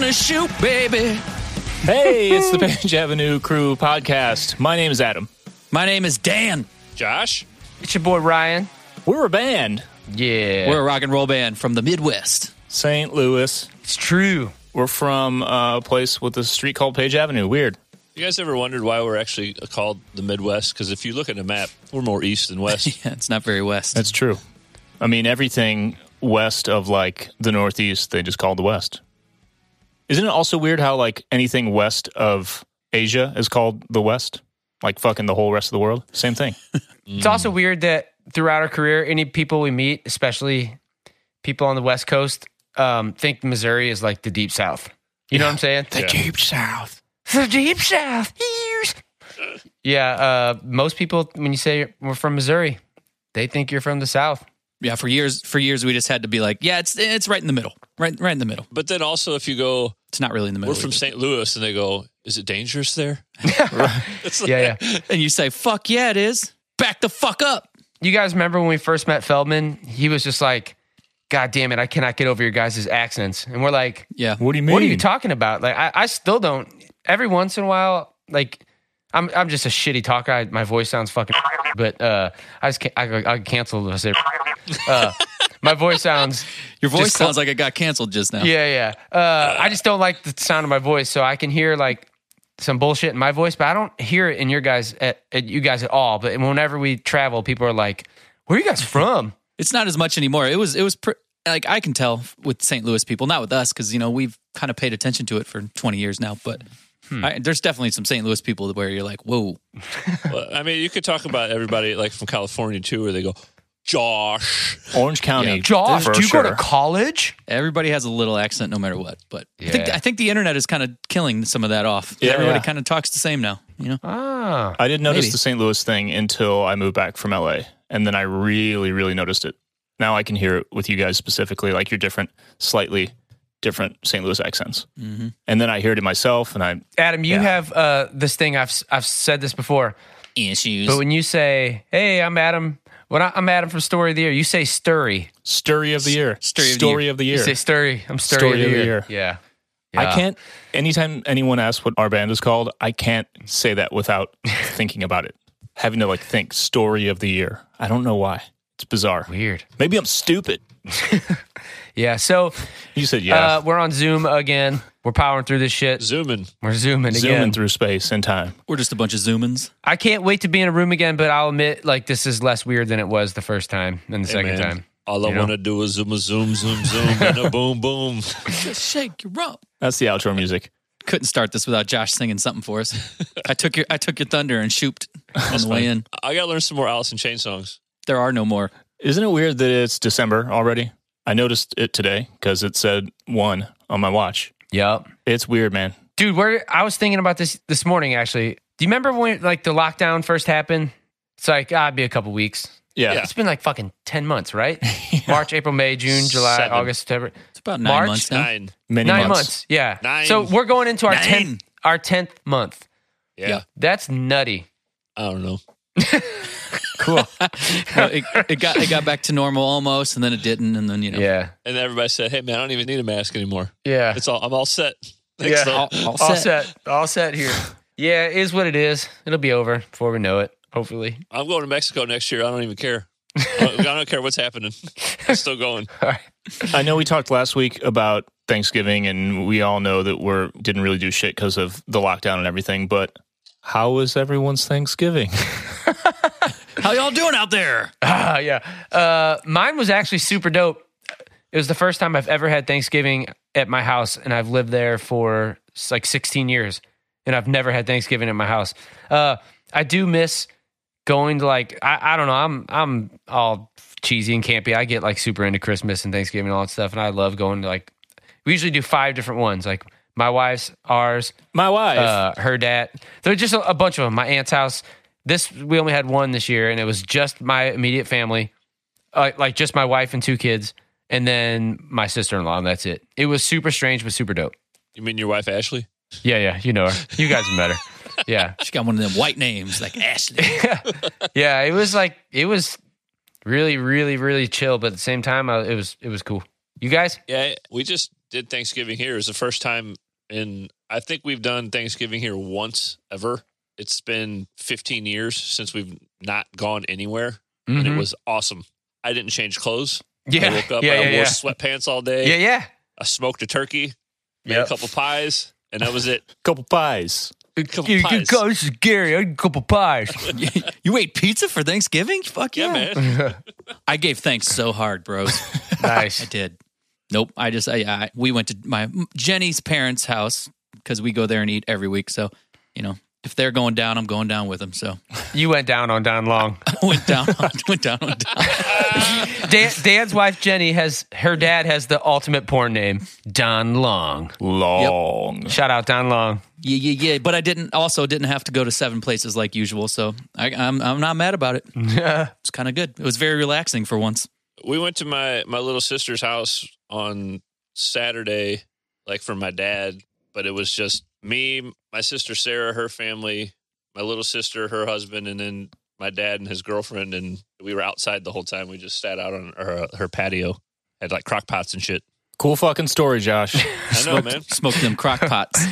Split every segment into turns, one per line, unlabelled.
miss you, baby.
Hey, it's the Page Avenue Crew podcast. My name is Adam.
My name is Dan.
Josh,
It's your boy Ryan.
we're a band.
Yeah.
We're a rock and roll band from the Midwest.
St. Louis.
it's true.
We're from uh, a place with a street called Page Avenue. Weird.
You guys ever wondered why we're actually called the Midwest? Because if you look at a map, we're more east than west.
Yeah, it's not very west.
That's true. I mean, everything west of like the Northeast, they just call the West. Isn't it also weird how like anything west of Asia is called the West? Like fucking the whole rest of the world? Same thing.
It's also weird that throughout our career, any people we meet, especially people on the West Coast, um, think Missouri is like the deep south. You know what I'm saying?
Yeah.
Deep South.
The deep south. Years. Yeah. Uh, most people, when you say we're from Missouri, they think you're from the south.
Yeah, for years, for years, we just had to be like, yeah, it's it's right in the middle, right, right in the middle.
but then also, if you go,
It's not really in the middle.
we're from
either.
St. Louis, and they go, "Is it dangerous there?" It's like,
Yeah, yeah.
and you say, fuck yeah, it is. Back the fuck up.
You guys remember when we first met Feldman? He was just like, God damn it, I cannot get over your guys' accents. And we're like,
Yeah,
What do you mean?
What are you talking about? Like, I, I still don't. Every once in a while, like, I'm I'm just a shitty talker. I, my voice sounds fucking, but uh, I just can't, I, I cancel this. Uh, my voice sounds,
your voice
Just call-
sounds like it got canceled just now.
yeah, yeah. Uh, I just don't like the sound of my voice, so I can hear like some bullshit in my voice, but I don't hear it in your guys at, at you guys at all. But whenever we travel, people are like, "Where are you guys from?"
it's not as much anymore. It was it was pr- like I can tell with St. Louis people, not with us, because you know we've kind of paid attention to it for 20 years now. But I, there's definitely some St. Louis people where you're like, whoa,
Well, I mean, you could talk about everybody like from California too, where they go, "Josh."
Orange County.
Josh,
for
do you go
sure.
to college?
everybody has a little accent no matter what. But I think
Yeah.
I think the internet is kind of killing some of that off.
Yeah.
everybody
Yeah.
kind of talks the same now. You know,
Ah,
I didn't notice
Maybe.
the St. Louis thing until I moved back from LA. And then I really, really noticed it. Now I can hear it with you guys specifically, like your different, slightly different St. Louis accents. And then I hear it in myself and I,
Adam, you have uh, this thing. I've s- I've said this before.
issues.
But when you say, "Hey, I'm Adam," when I, I'm Adam from Story of the Year, you say "Sturry."
story of the year.
Story of the
story of the year.
You say "Sturry." I'm Sturry,
Story
of the year. Yeah.
I can't, anytime anyone asks what our band is called, I can't say that without thinking about it. Having to like think story of the year. I don't know why. It's bizarre.
Weird.
Maybe I'm stupid.
Yeah. So
You said yeah.
uh, we're on Zoom again. We're powering through this shit.
Zooming.
We're zooming again.
Zooming through space and time.
We're just a bunch of zoomins.
I can't wait to be in a room again, but I'll admit, like, this is less weird than it was the first time and the
Hey,
second
man,
time.
All I
You know?
want to do is zoom, a zoom, zoom, zoom, and a boom, boom.
Just shake your rump.
That's the outro music.
Couldn't start this without Josh singing something for us. I took your I took your thunder and shooped on the way in.
I gotta learn some more Alice in Chain songs.
There are no more.
Isn't it weird that it's December already? I noticed it today because it said one on my watch.
Yep.
It's weird, man.
dude where i was thinking about this this morning actually do you remember when like the lockdown first happened it's like ah, it'd be a couple weeks
Yeah.
Yeah.
it's been like fucking 10 months right march april may june july
Seven.
august september
It's about nine
March
months now.
Nine.
Many
nine
months.
months, yeah
Nine.
so we're going into our
Nine.
10th our 10th month
Yeah.
Yeah.
that's nutty
I don't know.
Cool.
Well, it, it got it got back to normal almost, and then it didn't, and then you know.
yeah
And everybody said, "Hey, man, I don't even need a mask anymore.
yeah
It's all. I'm all set." Thanks,
Yeah.
though.
All, all
all
set.
set all set here yeah it is what it is it'll be over before we know it hopefully
I'm going to Mexico next year. I don't even care. I don't care what's happening. I'm still going.
all right
I know we talked last week about Thanksgiving, and we all know that we're didn't really do shit because of the lockdown and everything. But how was everyone's Thanksgiving?
How y'all doing out there?
Ah, yeah. Uh, mine was actually super dope. It was the first time I've ever had Thanksgiving at my house, and I've lived there for s- like 16 years, and I've never had Thanksgiving at my house. Uh, I do miss going to like I, I don't know. I'm I'm all cheesy and campy. I get like super into Christmas and Thanksgiving and all that stuff, and I love going to like. We usually do five different ones, like my wife's, ours,
My wife.
uh, her dad. There's just a, a bunch of them. My aunt's house. This we only had one this year, and it was just my immediate family, uh, like just my wife and two kids, and then my sister in law, and that's it. It was super strange, but super dope.
You mean your wife Ashley?
Yeah, yeah, you know her. You guys have met her. Yeah,
She got one of them white names like Ashley.
yeah. It was like it was really, really, really chill, but at the same time, I, it was it was cool. You guys?
Yeah, we just did Thanksgiving here. It was the first time and I think we've done Thanksgiving here once ever. It's been 15 years since we've not gone anywhere, and it
Mhm.
was awesome. I didn't change clothes.
yeah,
I woke up,
yeah,
I
yeah,
wore
yeah.
sweatpants all day.
yeah, yeah.
I smoked a turkey, made
Yep.
a couple pies, and that was it.
Couple pies.
couple
You
pies.
could go, this is Gary. I had a couple pies.
you ate pizza for Thanksgiving? Fuck yeah,
Yeah, man.
I gave thanks so hard, bros. I
nice.
did. Nope. I just I, I we went to my Jenny's parents' house because we go there and eat every week. So you know if they're going down, I'm going down with them. So
You went down on Don Long.
I went down, on, went down, on down.
Dan, Dan's wife Jenny has her dad has the ultimate porn name, Don Long.
Long.
Shout out Don Long.
Yeah, yeah, yeah. But I didn't also didn't have to go to seven places like usual. So I, I'm I'm not mad about it. It's kind of good. It was very relaxing for once.
we went to my my little sister's house on Saturday, like for my dad, but it was just me, my sister Sarah, her family, my little sister, her husband, and then my dad and his girlfriend, and we were outside the whole time. We just sat out on her, her patio, had like crock pots and shit.
Cool fucking story, Josh.
I know, man.
Smoked them crock pots.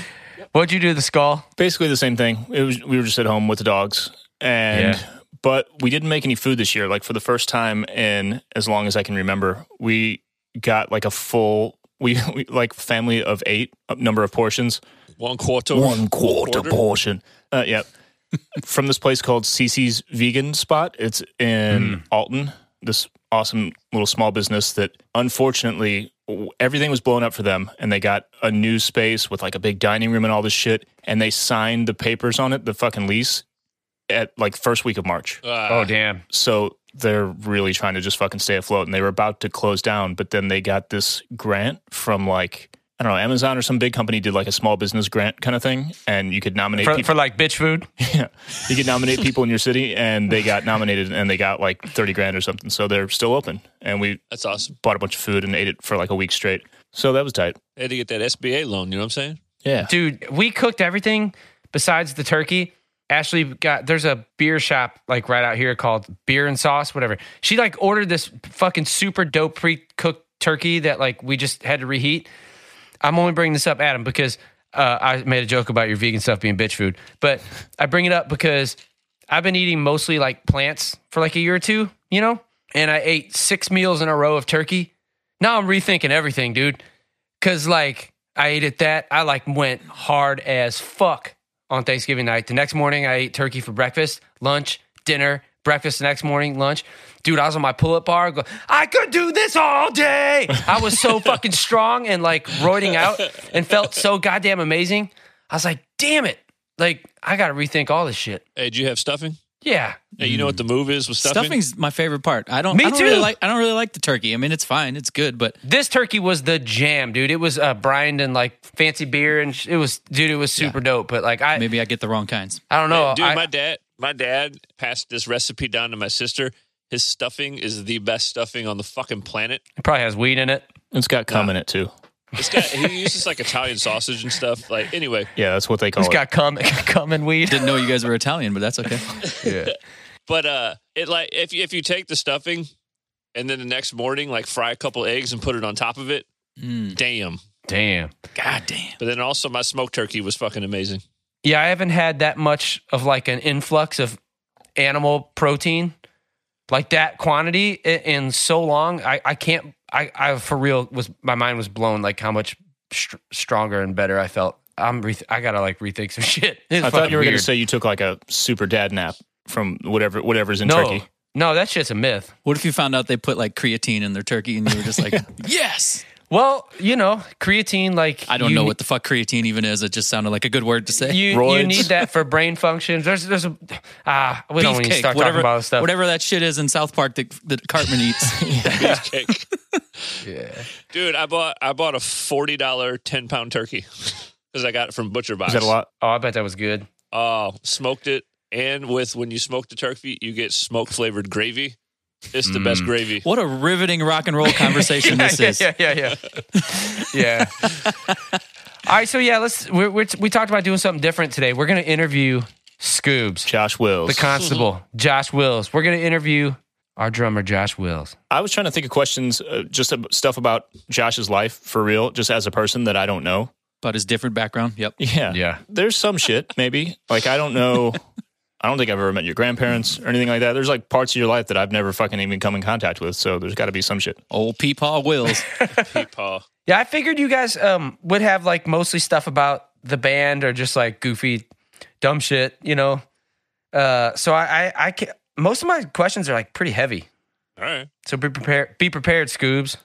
What'd you do to the skull?
Basically the same thing. It was we were just at home with the dogs, and
Yeah.
but we didn't make any food this year. Like for the first time in as long as I can remember, we got like a full we, we like family of eight uh, number of portions.
One quarter,
One quarter,
Quarter?
portion. Uh, yep. From this place called CC's Vegan Spot. It's in Alton. This awesome little small business that unfortunately w- everything was blown up for them and they got a new space with like a big dining room and all this shit and they signed the papers on it, the fucking lease at like first week of March.
Ah,
Oh damn.
So they're really trying to just fucking stay afloat and they were about to close down, but then they got this grant from like I don't know, Amazon or some big company did like a small business grant kind of thing and you could nominate
For,
people
for like bitch food.
you could nominate people in your city and they got nominated and they got like 30 grand or something. So they're still open and we
that's awesome.
bought a bunch of food and ate it for like a week straight. So that was tight.
They had to get that SBA loan. You know what I'm saying?
Yeah.
Dude, we cooked everything besides the turkey. Ashley got there's a beer shop like right out here called Beer and Sauce, whatever. She like ordered this fucking super dope pre cooked turkey that like we just had to reheat. I'm only bringing this up, Adam, because uh, I made a joke about your vegan stuff being bitch food, but I bring it up because I've been eating mostly like plants for like a year or two, you know, and I ate six meals in a row of turkey. Now I'm rethinking everything, dude. Cause like I ate at that, I like went hard as fuck on Thanksgiving night. The next morning, I ate turkey for breakfast, lunch, dinner, breakfast the next morning, lunch. Dude, I was on my pull up bar. Go, I could do this all day. I was so fucking strong and like roiding out and felt so goddamn amazing. I was like, damn it. Like, I got to rethink all this shit.
Hey, do you have stuffing?
Yeah.
Hey, you know what the move is with stuffing?
Stuffing's my favorite part. I don't.
Me
I don't Really
too.
like, I don't really like the turkey. I mean, it's fine. It's good, but
This turkey was the jam, dude. It was uh, brined and like fancy beer. And sh- it was, dude, it was super dope. But like, I,
maybe I get the wrong kinds.
I don't
Oh,
know.
Dude,
I-
my dad, my dad passed this recipe down to my sister. His stuffing is the best stuffing on the fucking planet.
it probably has weed in it.
It's got cum in it too.
It's got he uses like Italian sausage and stuff. Like anyway,
Yeah, that's what they call
It's
it.
got cum, cum and weed.
Didn't know you guys were Italian, but that's okay.
but uh, it like if you- if you take the stuffing and then the next morning like fry a couple eggs and put it on top of it,
Mm.
damn.
Damn.
God damn.
But then also my smoked turkey was fucking amazing.
Yeah, I haven't had that much of like an influx of animal protein, like that quantity i- in so long. I, I can't, I, I for real was, my mind was blown like how much str- stronger and better I felt. I'm, re- I gotta like rethink some shit. It's
I thought you were going
fucking
to say you took like a super dad nap from whatever whatever's in
weird. no,
Turkey.
no, that shit's a myth.
What if you found out they put like creatine in their turkey and you were just like, yes?
Well, you know, creatine, like,
I don't
you
know
ne-
what the fuck creatine even is. It just sounded like a good word to say.
you, you
Roids.
need that for brain functions. There's, there's a, ah, we don't need to
Beefcake,
start
whatever,
talking about stuff.
whatever that shit is in South Park that, that Cartman eats.
Cake. Dude, I bought I bought a forty dollar ten pound turkey because I got it from Butcher Box.
Is that a lot?
Oh, I bet that was good.
Oh, smoked it. And with when you smoke the turkey, you get smoke flavored gravy. It's the
Mm.
best gravy.
what a riveting rock and roll conversation this
yeah,
is.
Yeah, yeah, yeah, yeah. Yeah. All right, so yeah, let's. We're, we're, we talked about doing something different today. We're going to interview Scoobs,
Josh Wills.
the constable, Josh Wills. We're going to interview our drummer, Josh Wills.
I was trying to think of questions, uh, just ab- stuff about Josh's life for real, just as a person that I don't know.
About his different background. Yep.
Yeah.
Yeah.
There's some shit, maybe. Like, I don't know. I don't think I've ever met your grandparents or anything like that. There's like parts of your life that I've never fucking even come in contact with. So there's got to be some shit.
Old Peepaw Wills.
Peepaw.
Yeah, I figured you guys um, would have like mostly stuff about the band or just like goofy, dumb shit, you know. Uh, so I, I, I can, most of my questions are like pretty heavy.
All right.
So be prepared. Be prepared, Scoobs.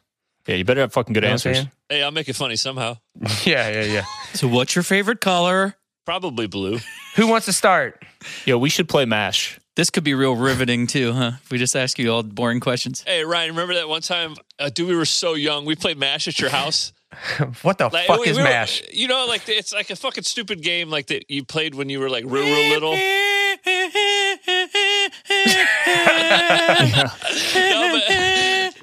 Yeah. You better have fucking good
You know what I'm
answers.
saying?
Hey, I'll make it funny somehow.
yeah, yeah, yeah.
so, what's your favorite color?
Probably blue.
Who wants to start?
Yo, we should play MASH.
This could be real riveting too, huh? If we just ask you all boring questions.
Hey, Ryan, remember that one time, uh, dude, we were so young. We played MASH at your house.
What the fuck
we-
is
we were-
Mash?
you know, like it's like a fucking stupid game like that you played when you were like real, real little. no, but,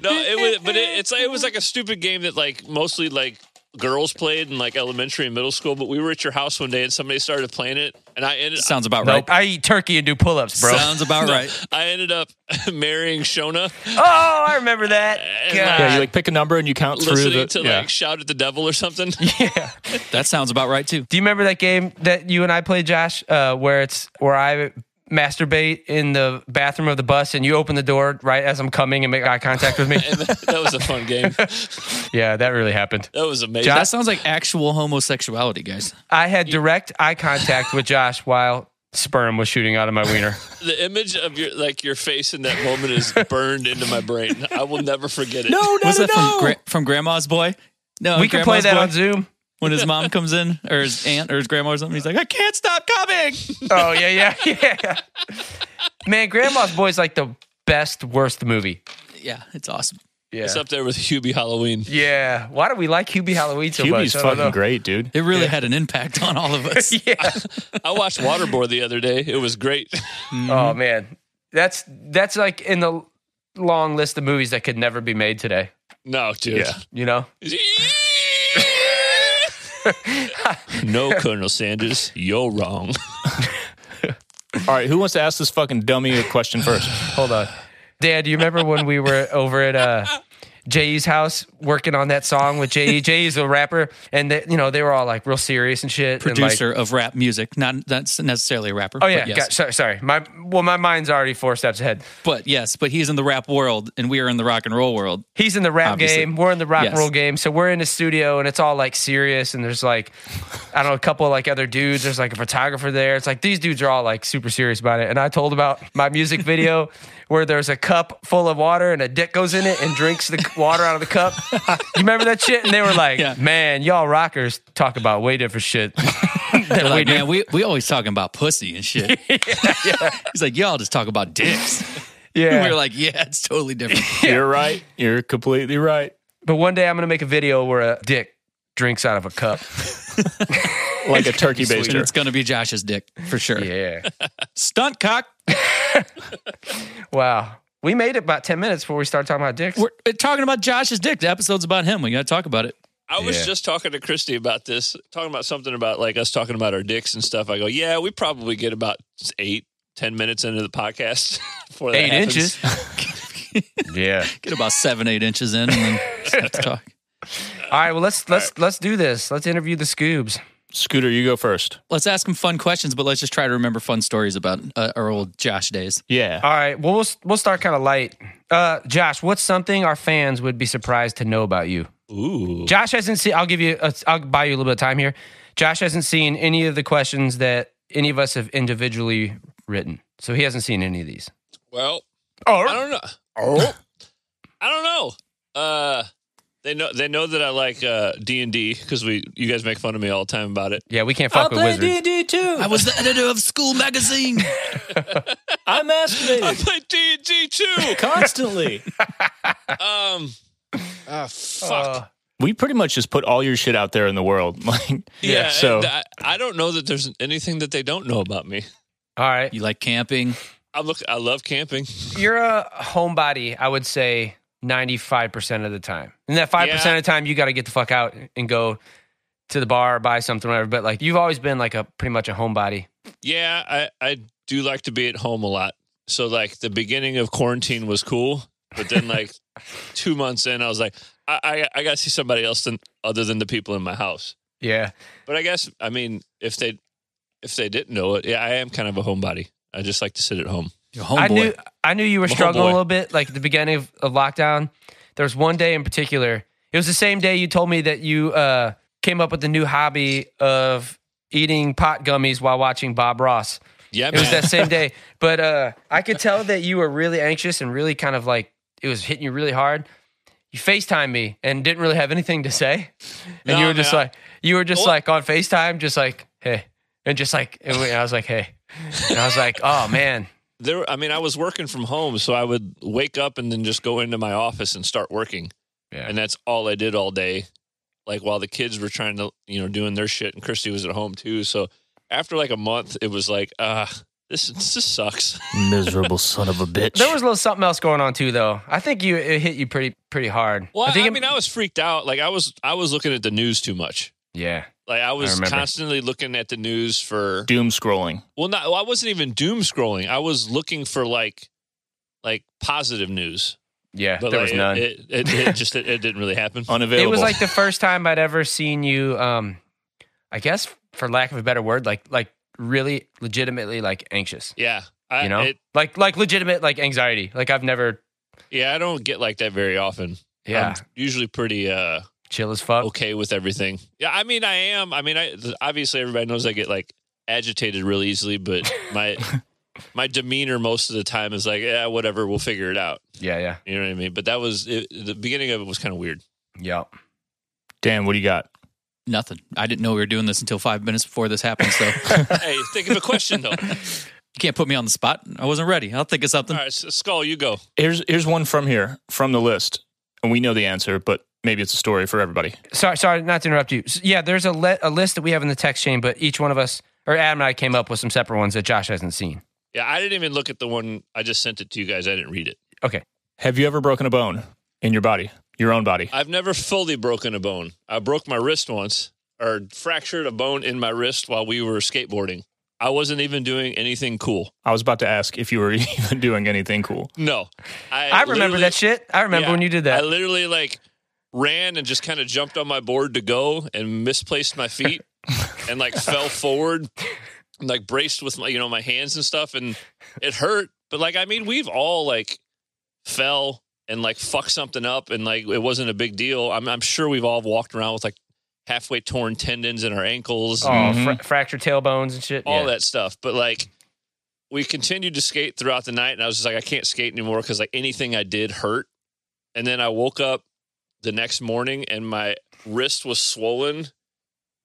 no, it was, but it, it's like, it was like a stupid game that like mostly like girls played in like elementary and middle school. But we were at your house one day and somebody started playing it, and I ended
Sounds about right.
Nope. I eat turkey and do pull-ups, bro.
Sounds about right.
I ended up marrying Shona,
oh, I remember that.
And, uh,
Yeah.
God.
You like pick a number and you count through
listening
the.
to
yeah.
like shout at the devil or something.
yeah.
That sounds about right too.
Do you remember that game that you and I played, Josh, uh, where it's where I masturbate in the bathroom of the bus and you open the door right as I'm coming and make eye contact with me?
And that was a fun game. That
yeah, that really happened.
was amazing.
That sounds like actual homosexuality, guys.
I had direct eye contact with Josh while sperm was shooting out of my wiener.
the image of your like your face in that moment is burned into my brain. I will never forget it. No,
Was that from gra- from Grandma's boy? No,
we can play
Grandma's
that
boy.
on Zoom.
when his mom comes in or his aunt or his grandma or something. He's like, I can't stop coming.
Oh yeah, yeah, yeah. Man, Grandma's Boy is like the best worst movie.
Yeah, it's awesome.
Yeah.
it's up there with Hubie Halloween.
Yeah. Why do we like Hubie Halloween so
Hubie's
much? I don't
fucking great, dude.
It really had an impact on all of us.
know. yeah.
I watched Waterboy the other day. It was great.
Mm-hmm.
Oh man, that's that's like in the long list of movies that could never be made today.
No, dude.
You know?
no, Colonel Sanders, you're wrong.
All right. Who wants to ask this fucking dummy a question first?
Hold on, Dad. Do you remember when we were over at uh, Jay's house working on that song with Jay? Jay's a rapper, and they, you know they were all like real serious and shit. and, like-
Producer of rap music, not that's necessarily a rapper.
Oh yeah,
but yes.
got, sorry, sorry. My well, my mind's already four steps ahead.
But yes, but he's in the rap world and we are in the rock and roll world.
He's in the rap
Obviously.
game. We're in the rock and
Yes.
roll game. So we're in the studio and it's all like serious. And there's like, I don't know, a couple of like other dudes. There's like a photographer there. It's like these dudes are all like super serious about it. And I told about my music video where there's a cup full of water and a dick goes in it and drinks the water out of the cup. You remember that shit? And they were like,
Yeah.
man, y'all rockers talk about way different shit.
They're like, man, we, we always talking about pussy and shit. He's like, y'all just talk about dicks.
Yeah.
We were like, yeah, it's totally different.
You're right. You're completely right.
but one day I'm going to make a video where a dick drinks out of a cup.
Like a turkey
and it's
baster.
going to be Josh's dick for sure.
Yeah.
Stunt cock.
wow. We made it about 10 minutes before we started talking about dicks.
We're talking about Josh's dick. The episode's about him. We got to talk about it.
I was
Yeah.
just talking to Christy about this, talking about something about like us talking about our dicks and stuff. I go, yeah, we probably get about eight, ten minutes into the podcast. Before that
Eight
happens.
inches. yeah.
Get about seven, eight inches in and then start to talk.
All right. Well, let's let's let's do this. Let's interview the Scoobs.
Scooter, you go first.
Let's ask him fun questions, but let's just try to remember fun stories about uh, our old Josh days.
Yeah.
All right. Well, we'll we'll start kind of light. Uh, Josh, what's something our fans would be surprised to know about you?
Ooh.
Josh hasn't seen. I'll give you. A, I'll buy you a little bit of time here. Josh hasn't seen any of the questions that any of us have individually written, so he hasn't seen any of these.
Well, I
Oh,
don't know. Oh. I don't know. Uh, they know they know that I like uh D and D because we you guys make fun of me all the time about it.
yeah, we can't fuck with wizards.
I was the editor of School Magazine.
I'm
I
masturbating
play D and D too.
constantly.
Um, ah, fuck.
Uh,
we pretty much just put all your shit out there in the world. Like,
yeah.
So,
and I, I don't know that there's anything that they don't know about me.
all right.
You like camping?
I look. I love camping.
You're a homebody, I would say 95% of the time. And that 5%
Yeah.
of the time, you got to get the fuck out and go to the bar, buy something, whatever. But like, you've always been like a pretty much a homebody.
Yeah, I I do like to be at home a lot. So like the beginning of quarantine was cool, but then like two months in, I was like, I I, I got to see somebody else than other than the people in my house.
Yeah.
But I guess I mean if they if they didn't know it, yeah, I am kind of a homebody. I just like to sit at home.
Your
I
homeboy.
knew I knew you were
Homeboy.
struggling a little bit, like at the beginning of, of lockdown. There was one day in particular. It was the same day you told me that you uh, came up with the new hobby of eating pot gummies while watching Bob Ross.
Yeah,
It was
man.
that same day, but uh, I could tell that you were really anxious and really kind of like it was hitting you really hard. You Facetime me and didn't really have anything to say, and
No,
you were just
man.
like you were just
Well-
like on Facetime, just like hey, and just like and we- I was like hey, and I was like oh man.
there i mean i was working from home so i would wake up and then just go into my office and start working
Yeah.
and that's all i did all day like while the kids were trying to you know doing their shit and christy was at home too so after like a month it was like ah this this sucks
Miserable son of a bitch.
There was a little something else going on too, though. I think you it hit you pretty pretty hard.
well i,
think it-
mean i was freaked out like i was i was looking at the news too much
yeah,
like i was
remember.
constantly looking at the news for
doom scrolling.
well not well, i wasn't even doom scrolling i was looking for like like positive news
yeah,
but
there
like
was none. It,
It, it, it, it just it, it didn't really happen
Unavailable.
was like the first time I'd ever seen you. Um, I guess for lack of a better word, like like really legitimately like anxious.
Yeah. I,
You know,
it-
like like legitimate like anxiety. Like I've never um,
yeah, I don't get like that very often.
yeah
I'm usually pretty uh
chill as fuck.
okay with everything. Yeah, I mean I am. I mean I th- obviously everybody knows I get like agitated really easily, but my my demeanor most of the time is like, yeah, whatever, we'll figure it out.
Yeah, yeah,
You know what I mean? But that was it, the beginning of it was kind of weird.
yeah.
Dan, what do you got?
Nothing. I didn't know we were doing this until five minutes before this happened. So you
hey, think of a question though. All
can't put me on the spot. I wasn't ready. I'll think of something.
right, so skull, you go.
Here's here's one from here from the list, and we know the answer, but maybe it's a story for everybody.
Sorry, sorry, not to interrupt you. S- Yeah, there's a le- a list that we have in the text chain, but each one of us or Adam and I came up with some separate ones that Josh hasn't seen.
Yeah, I didn't even look at the one I just sent it to you guys. I didn't read it.
Okay,
Have you ever broken a bone in your body, your own body?
I've never fully broken a bone. I broke my wrist once or fractured a bone in my wrist while we were skateboarding. I wasn't even doing anything cool.
I was about to ask if you were even doing anything cool.
No. I,
I remember
literally-
that shit. I remember
Yeah.
when you did that.
I literally like ran and just kind of jumped on my board to go and misplaced my feet and like fell forward and like braced with my you know my hands and stuff and it hurt but like I mean we've all like fell and like fucked something up and like it wasn't a big deal I'm I'm sure we've all walked around with like halfway torn tendons in our ankles
Oh,
Mhm.
fra- fractured tailbones and shit.
Mm-hmm. all
yeah.
that stuff. But like, we continued to skate throughout the night, and I was just like, I can't skate anymore because like anything I did hurt. And then I woke up the next morning, and my wrist was swollen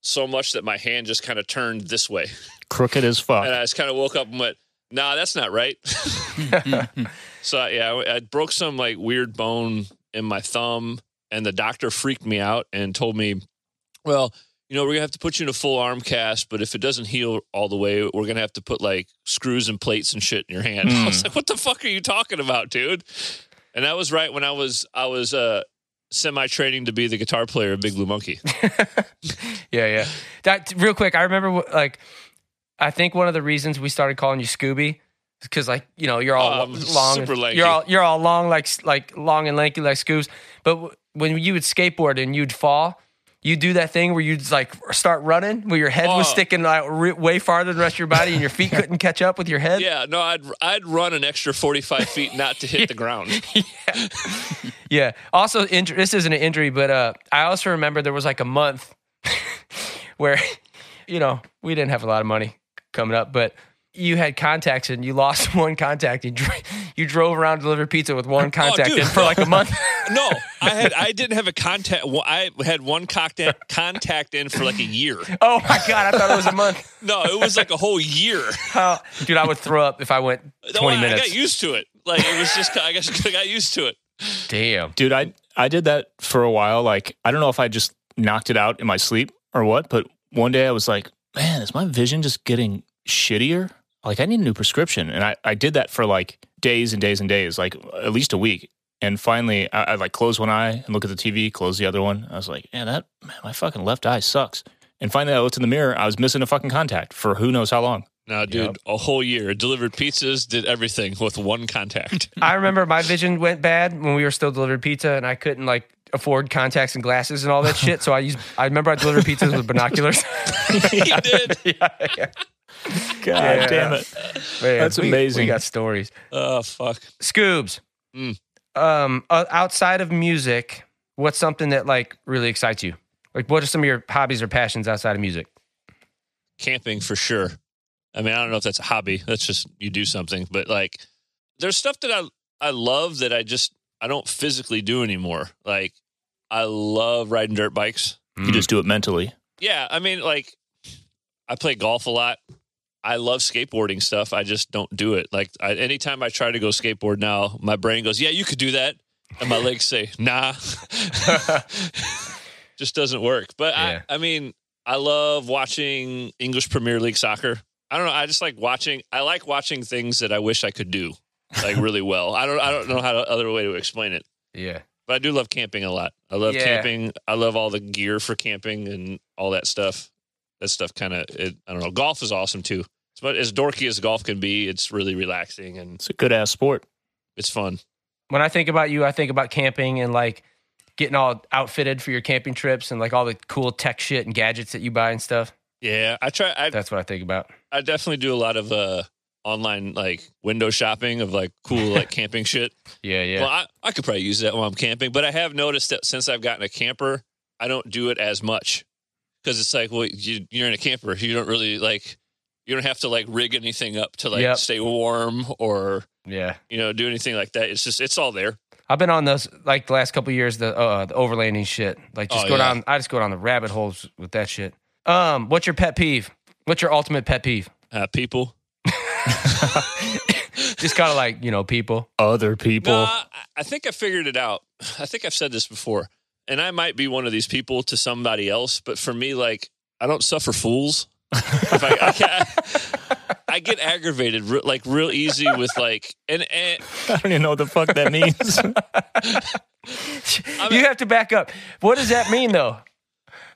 so much that my hand just kind of turned this way,
Crooked as fuck.
and I just kind of woke up and went, "Nah, that's not right." so yeah, I, I broke some like weird bone in my thumb, and the doctor freaked me out and told me, "Well." you know, we're gonna have to put you in a full arm cast, but if it doesn't heal all the way, we're gonna have to put like screws and plates and shit in your hand. I was like, what the fuck are you talking about, dude? And that was right when I was I was uh semi training to be the guitar player of Big Blue Monkey.
yeah, yeah. That real quick. I remember wh- like I think one of the reasons we started calling you Scooby because like you know you're all
Oh, I'm
lo- long,
super lanky.
you're all you're all long like s- like long and lanky like Scoobs. But w- when you would skateboard and you'd fall. You do that thing where you'd like start running, where your head was
Oh.
sticking like re- way farther than the rest of your body, and your feet couldn't catch up with your head.
yeah, no, I'd I'd run an extra forty five feet not to hit the ground.
Yeah. Also, inj- this isn't an injury, but uh, I also remember there was like a month where, you know, we didn't have a lot of money coming up, but you had contacts and you lost one contact. You, dr- you drove around to deliver pizza with one contact
dude.
in for like a month.
No, I had I didn't have a contact. I had one contact contact in for like a year.
oh my God. I thought it was a month.
No, it was like a whole year.
How- dude, I would throw up if I went 20
I, I
minutes.
got used to it. Like it was just I guess I got used to it.
Damn.
Dude, I I did that for a while. Like I don't know if I just knocked it out in my sleep or what, but one day I was like, man, is my vision just getting shittier? Like I need a new prescription. And I, I did that for like days and days and days, like at least a week. And finally I, I like close one eye and look at the TV, close the other one. I was like, man, that man, my fucking left eye sucks. And finally I looked in the mirror, I was missing a fucking contact for who knows how long.
No, dude, a whole year. Delivered pizzas, did everything with one contact.
I remember my vision went bad when we were still delivering pizza and I couldn't like afford contacts and glasses and all that shit. So I used. I remember I delivered pizzas with binoculars.
he did.
yeah, yeah.
God
Yeah.
damn it.
Man,
That's
we-
amazing.
We got stories.
Oh fuck.
Scoobs.
Mm.
Um, o- outside of music, what's something that like really excites you? Like, what are some of your hobbies or passions outside of music?
Camping for sure. I mean, I don't know if that's a hobby. That's just you do something. But like, there's stuff that I I love that I just I don't physically do anymore. Like, I love riding dirt bikes.
You just do it mentally.
Yeah, I mean, like, I play golf a lot. I love skateboarding stuff. I just don't do it. Like, I, anytime I try to go skateboard now, my brain goes, "Yeah, you could do that," and my legs say, "Nah." just doesn't work. But
Yeah.
I, I mean, I love watching English Premier League soccer. I don't know. I just like watching. I like watching things that I wish I could do, like really well. I don't. I don't know how to, other way to explain it
Yeah.
but I do love camping a lot. I love
Yeah.
camping. I love all the gear for camping and all that stuff. That stuff kind of I don't know. Golf is awesome too. It's about as dorky as golf can be. It's really relaxing and
It's a good ass sport.
it's fun.
When I think about you, I think about camping and like getting all outfitted for your camping trips and like all the cool tech shit and gadgets that you buy and stuff.
Yeah, I try. I,
That's what I think about.
I definitely do a lot of uh online like window shopping of like cool like camping shit.
Yeah, yeah.
Well, I, I could probably use that while I'm camping, but I have noticed that since I've gotten a camper, I don't do it as much because it's like, well, you, you're in a camper, you don't really like, you don't have to like rig anything up to like
Yep.
stay warm or
yeah.
you know do anything like that. It's just it's all there.
I've been on those like the last couple years, the uh, the overlanding shit. Like just
Oh,
go
yeah.
down. I just go down the rabbit holes with that shit. Um, what's your pet peeve? What's your ultimate pet peeve?
Uh, people,
Just kind of like you know people.
Other people.
No, I, I think I figured it out. I think I've said this before, and I might be one of these people to somebody else, but for me, like I don't suffer fools. if I, I, can't- I get aggravated re- like real easy with like and, and
I don't even know what the fuck that means.
you have to back up. What does that mean though?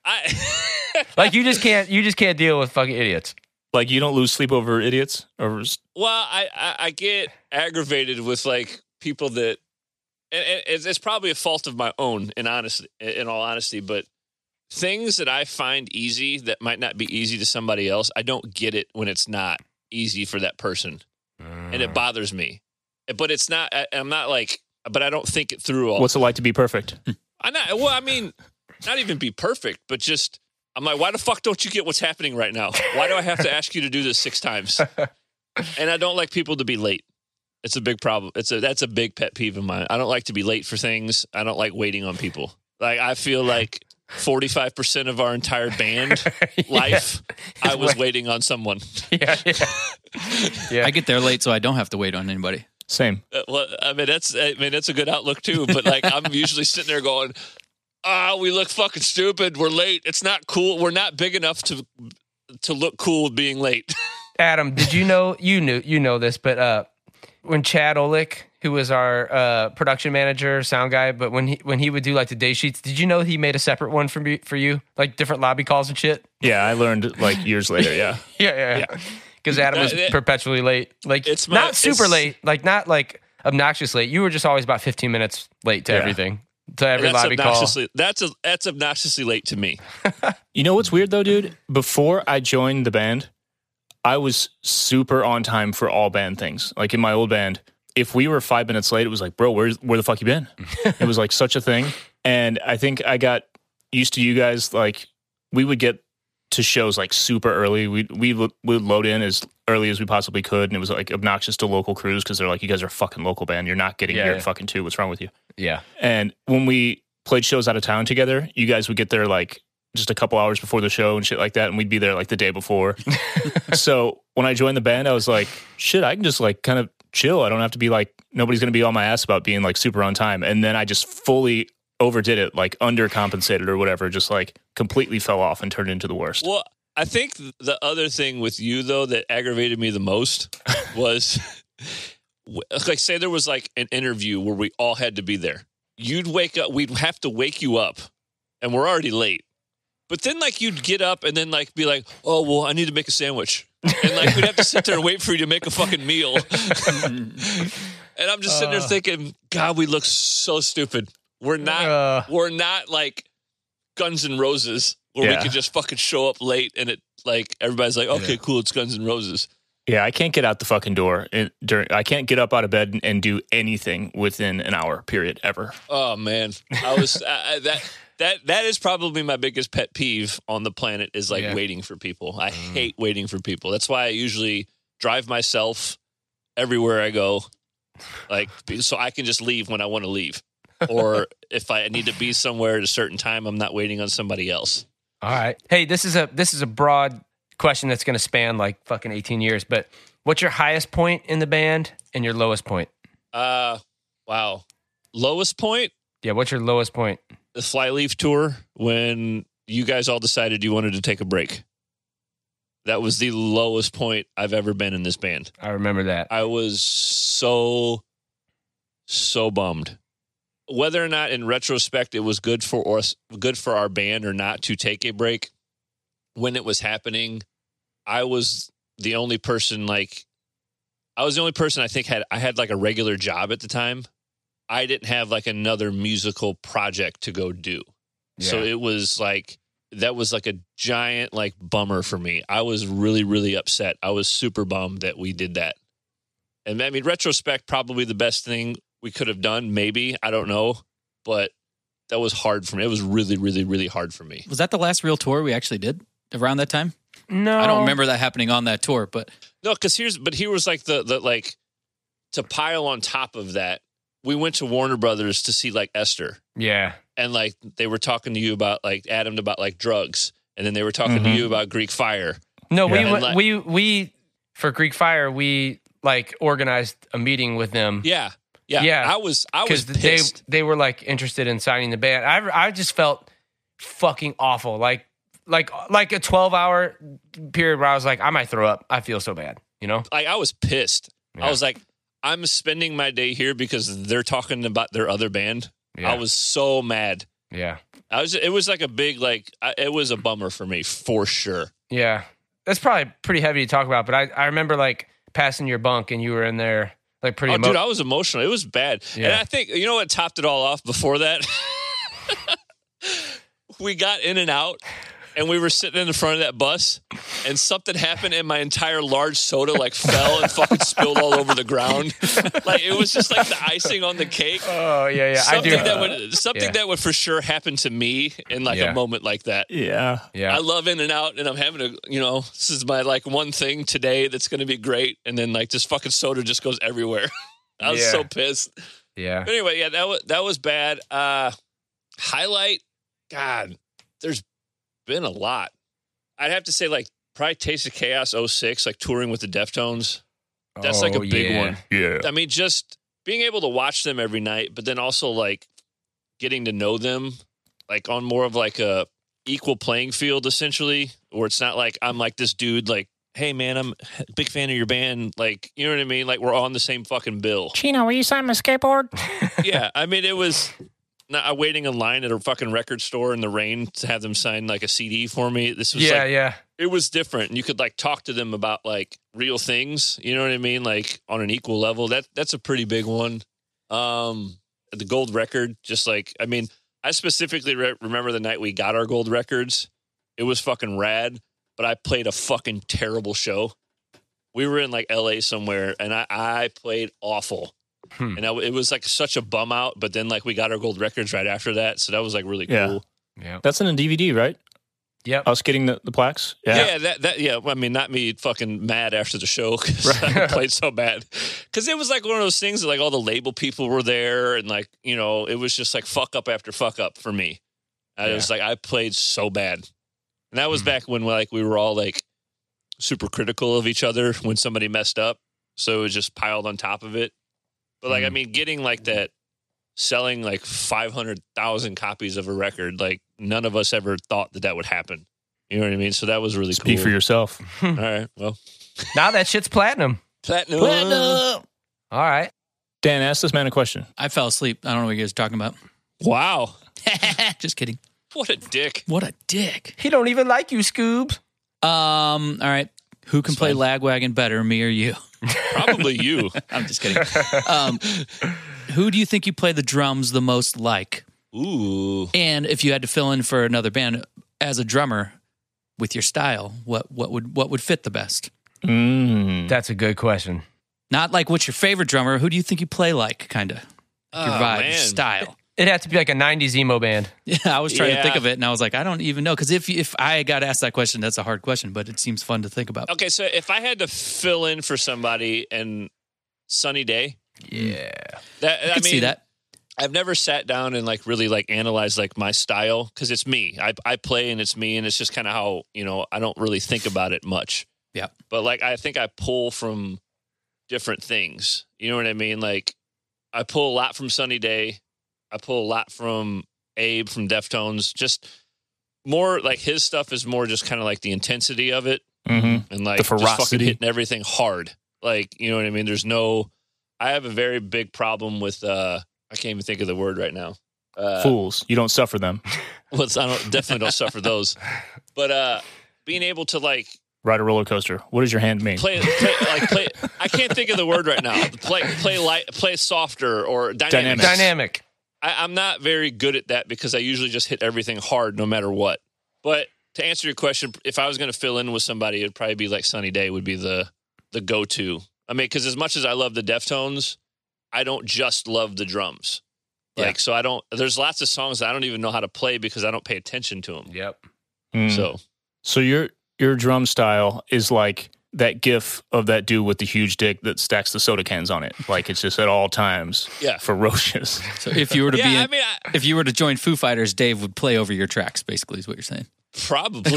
I
Like you just can't you just can't deal with fucking idiots.
like you don't lose sleep over idiots or
well, I, I I get aggravated with like people that, and, and it's, it's probably a fault of my own, in honest, in all honesty. But things that I find easy that might not be easy to somebody else, I don't get it when it's not easy for that person, and it bothers me. But it's not. I, I'm not like. But I don't think it through all.
what's it like to be perfect?
I'm not. Well, I mean, not even be perfect, but just I'm like, why the fuck don't you get what's happening right now? Why do I have to ask you to do this six times? And I don't like people to be late. It's a big problem. It's a that's a big pet peeve of mine. I don't like to be late for things. I don't like waiting on people. Like I feel like 45% of our entire band life I was waiting on someone.
Yeah, yeah.
I get there late, so I don't have to wait on anybody.
Same.
Uh, well, I mean that's I mean that's a good outlook too. But like I'm usually sitting there going, ah, we look fucking stupid. We're late. It's not cool. We're not big enough to to look cool being late.
Adam, did you know you knew you know this, but uh, when Chad Olick, who was our uh, production manager, sound guy, but when he when he would do like the day sheets, did you know he made a separate one for me for you, like different lobby calls and shit?
Yeah, I learned like years later. Yeah.
Yeah, yeah, yeah. Because Adam was
Uh, it-
perpetually late, like
It's my-
not super
it's-
late, like not like obnoxious late. You were just always about fifteen minutes late to
Yeah.
everything, to every
that's
lobby call.
obnoxiously that's a, that's obnoxiously late to me.
You know what's weird though, dude? Before I joined the band, I was super on time for all band things. Like in my old band, if we were five minutes late, it was like, bro, where's where the fuck you been? it was like such a thing. And I think I got used to you guys. Like we would get to shows like super early. We we would would load in as early as we possibly could, and it was like obnoxious to local crews because they're like, you guys are a fucking local band. You're not getting
Yeah,
here
yeah.
at fucking two. What's wrong with you?
Yeah,
And when we played shows out of town together, you guys would get there like just a couple hours before the show and shit like that. And we'd be there like the day before. so when I joined the band, I was like, shit, I can just like kind of chill. I don't have to be like, nobody's going to be on my ass about being like super on time. And then I just fully overdid it, like undercompensated or whatever, just like completely fell off and turned into the worst.
Well, I think the other thing with you though that aggravated me the most was w- like say there was like an interview where we all had to be there. You'd wake up, we'd have to wake you up, and we're already late. But then like you'd get up and then like be like, "Oh, well, I need to make a sandwich." And like we'd have to sit there and wait for you to make a fucking meal. and I'm just sitting there thinking, "God, we look so stupid. We're not
Uh,
we're not like Guns N' Roses where
Yeah.
we could just fucking show up late and it like everybody's like, okay, cool, it's Guns N' Roses.
Yeah, I can't get out the fucking door. in- during, I can't get up out of bed and, and do anything within an hour period ever.
Oh man, I was I, I, that that that is probably my biggest pet peeve on the planet is like
Yeah.
waiting for people. I hate waiting for people. That's why I usually drive myself everywhere I go, like be- so I can just leave when I want to leave, or if I need to be somewhere at a certain time, I'm not waiting on somebody else.
All right. Hey, this is a this is a broad question that's going to span like fucking 18 years, but what's your highest point in the band and your lowest point?
Uh, wow. Lowest point
Yeah, what's your lowest point?
the Flyleaf tour when you guys all decided you wanted to take a break. That was the lowest point I've ever been in this band.
I remember that.
I was so, so bummed. Whether or not, in retrospect, it was good for us, good for our band or not to take a break, when it was happening, I was the only person like, I was the only person I think had I had like a regular job at the time. I didn't have like another musical project to go do. So
Yeah.
it was like that was like a giant like bummer for me. I was really really upset. I was super bummed that we did that. And I mean retrospect probably the best thing we could have done maybe, I don't know, but that was hard for me. It was really really really hard for me.
Was that the last real tour we actually did around that time?
no.
I don't remember that happening on that tour, but
No, cuz here's but here was like the the like to pile on top of that, we went to Warner Brothers to see like Esther.
Yeah.
and like they were talking to you about like Adam about like drugs, and then they were talking to
Mhm.
you about Greek fire.
No, we
Yeah.
went-
Like-
we we for Greek Fire, we like organized a meeting with them.
Yeah, yeah.
Yeah.
I was I was
because they
pissed.
they were like interested in signing the band. I I just felt fucking awful. Like like like a twelve hour period where I was like, I might throw up. I feel so bad. You know.
like I was pissed.
Yeah.
I was like, I'm spending my day here because they're talking about their other band.
Yeah.
I was so mad.
yeah.
I was. It was like a big like. I, it was a bummer for me for sure.
Yeah. That's probably pretty heavy to talk about, but I, I remember like passing your bunk and you were in there like pretty
Oh,
emo-
dude, I was emotional. It was bad. And
Yeah.
I think you know what topped it all off before that? we got in and out and we were sitting in the front of that bus and something happened and my entire large soda like fell and fucking spilled all over the ground. Like it was just like the icing on the cake.
Oh yeah, yeah. I do.
something that would something
yeah.
that would for sure happen to me in like
Yeah.
a moment like that.
Yeah.
yeah.
I love In and Out, and I'm having a you know this is my like one thing today that's going to be great, and then like this fucking soda just goes everywhere. I was
Yeah.
so pissed.
yeah.
But anyway, yeah, that was that was bad. Uh Highlight, God, there's been a lot. I'd have to say like probably Taste of Chaos 06, like touring with the Deftones. That's like a
Oh,
big
yeah.
one.
Yeah.
I mean, just being able to watch them every night, but then also like getting to know them, like on more of like a equal playing field, essentially, where it's not like I'm like this dude, like, hey man, I'm a big fan of your band, like, you know what I mean? Like we're on the same fucking bill.
Chino, will you sign my skateboard?
yeah, I mean, it was. Not waiting in line at a fucking record store in the rain to have them sign like a CD for me. This was
Yeah,
like
yeah.
it was different and you could like talk to them about like real things you know what i mean like on an equal level that that's a pretty big one um the gold record just like i mean i specifically re- remember the night we got our gold records it was fucking rad but i played a fucking terrible show we were in like la somewhere and i i played awful
Hmm.
and I, it was like such a bum out but then like we got our gold records right after that so that was like really cool
Yeah.
Yeah.
That's in a DVD, right?
Yep.
Us getting the, the plaques?
Yeah. that that yeah. well, I mean, not me fucking mad after the show because I played so bad. Because it was like one of those things that like all the label people were there, and like you know, it was just like fuck up after fuck up for me. I was like, I played so bad, and that was
Hmm.
back when like we were all like super critical of each other when somebody messed up, so it was just piled on top of it. But like, I
Hmm.
mean, getting like that, selling like five hundred thousand copies of a record, like none of us ever thought that that would happen. You know what I mean? So that was really
Speak
cool.
for yourself.
All right. Well,
now that shit's platinum.
platinum.
All right.
Dan, ask this man a question.
I fell asleep. I don't know what you guys are talking about.
Wow.
Just kidding.
What a dick.
What a dick.
He don't even like you, Scoobs.
Um, all right. Who can play Lagwagon better, me or you?
Probably you.
I'm just kidding. Um, who do you think you play the drums the most like?
Ooh.
And if you had to fill in for another band as a drummer with your style, what what would what would fit the best?
Mm.
That's a good question.
Not like what's your favorite drummer? Who do you think you play like? Kind of your
Oh,
vibe, your
man.
style.
It'd have to be like a 90s emo band.
Yeah, I was trying to think
Yeah.
of it, and I was like, I don't even know because if if I got asked that question, that's a hard question, but it seems fun to think about.
Okay, so if I had to fill in for somebody and Sunny Day,
Yeah.
that I,
I, could
mean,
see that.
I've never sat down and like really like analyzed like my style because it's me. I I play and it's me, and it's just kind of how you know I don't really think about it much.
Yeah.
But like I think I pull from different things. You know what I mean? Like I pull a lot from Sunny Day. I pull a lot from Abe from Deftones. Just more like his stuff is more just kind of like the intensity of it
hmm
and like
The
just fucking
ferocity.
hitting everything hard. Like you know what I mean. There's no. I have a very big problem with. uh I can't even think of the word right now. Uh,
Fools, you don't suffer them.
well, I don't definitely don't suffer those, but uh being able to like
Ride a roller coaster. What does your hand mean?
play, play like play. I can't think of the word right now. Play play light, play softer or dynamic.
Dynamics.
Dynamic.
I, I'm not very good at that because I usually just hit everything hard no matter what. But to answer your question, if I was going to fill in with somebody, it'd probably be like Sunny Day would be the the go to. I mean, because as much as I love the Deftones, I don't just love the drums.
Yeah.
Like, so I don't. There's lots of songs that I don't even know how to play because I don't pay attention to them.
Yep.
Mm.
So
So your your drum style is like that gif of that dude with the huge dick that stacks the soda cans on it. Like it's just at all times
yeah,
ferocious.
So if you were to be,
yeah.
in,
I mean, I,
if you were to join Foo Fighters, Dave would play over your tracks. Basically, is what you're saying.
probably.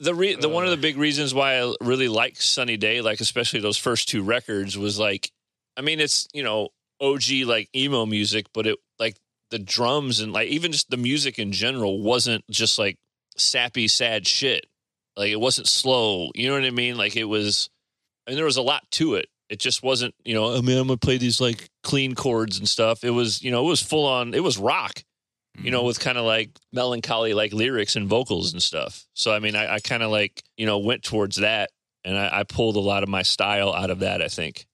the re- the one of the big reasons why I really like Sunny Day, like especially those first two records, was like, I mean, it's you know OG like emo music, but it like the drums and like even just the music in general wasn't just like sappy sad shit. Like it wasn't slow. You know what I mean? Like it was, I mean, there was a lot to it. It just wasn't, you know, I mean, I'm gonna play these like clean chords and stuff. It was, you know, it was full on. It was rock you know, with kind of like melancholy like lyrics and vocals and stuff. So I mean, I, I kind of like you know went towards that, and I, I pulled a lot of my style out of that. I think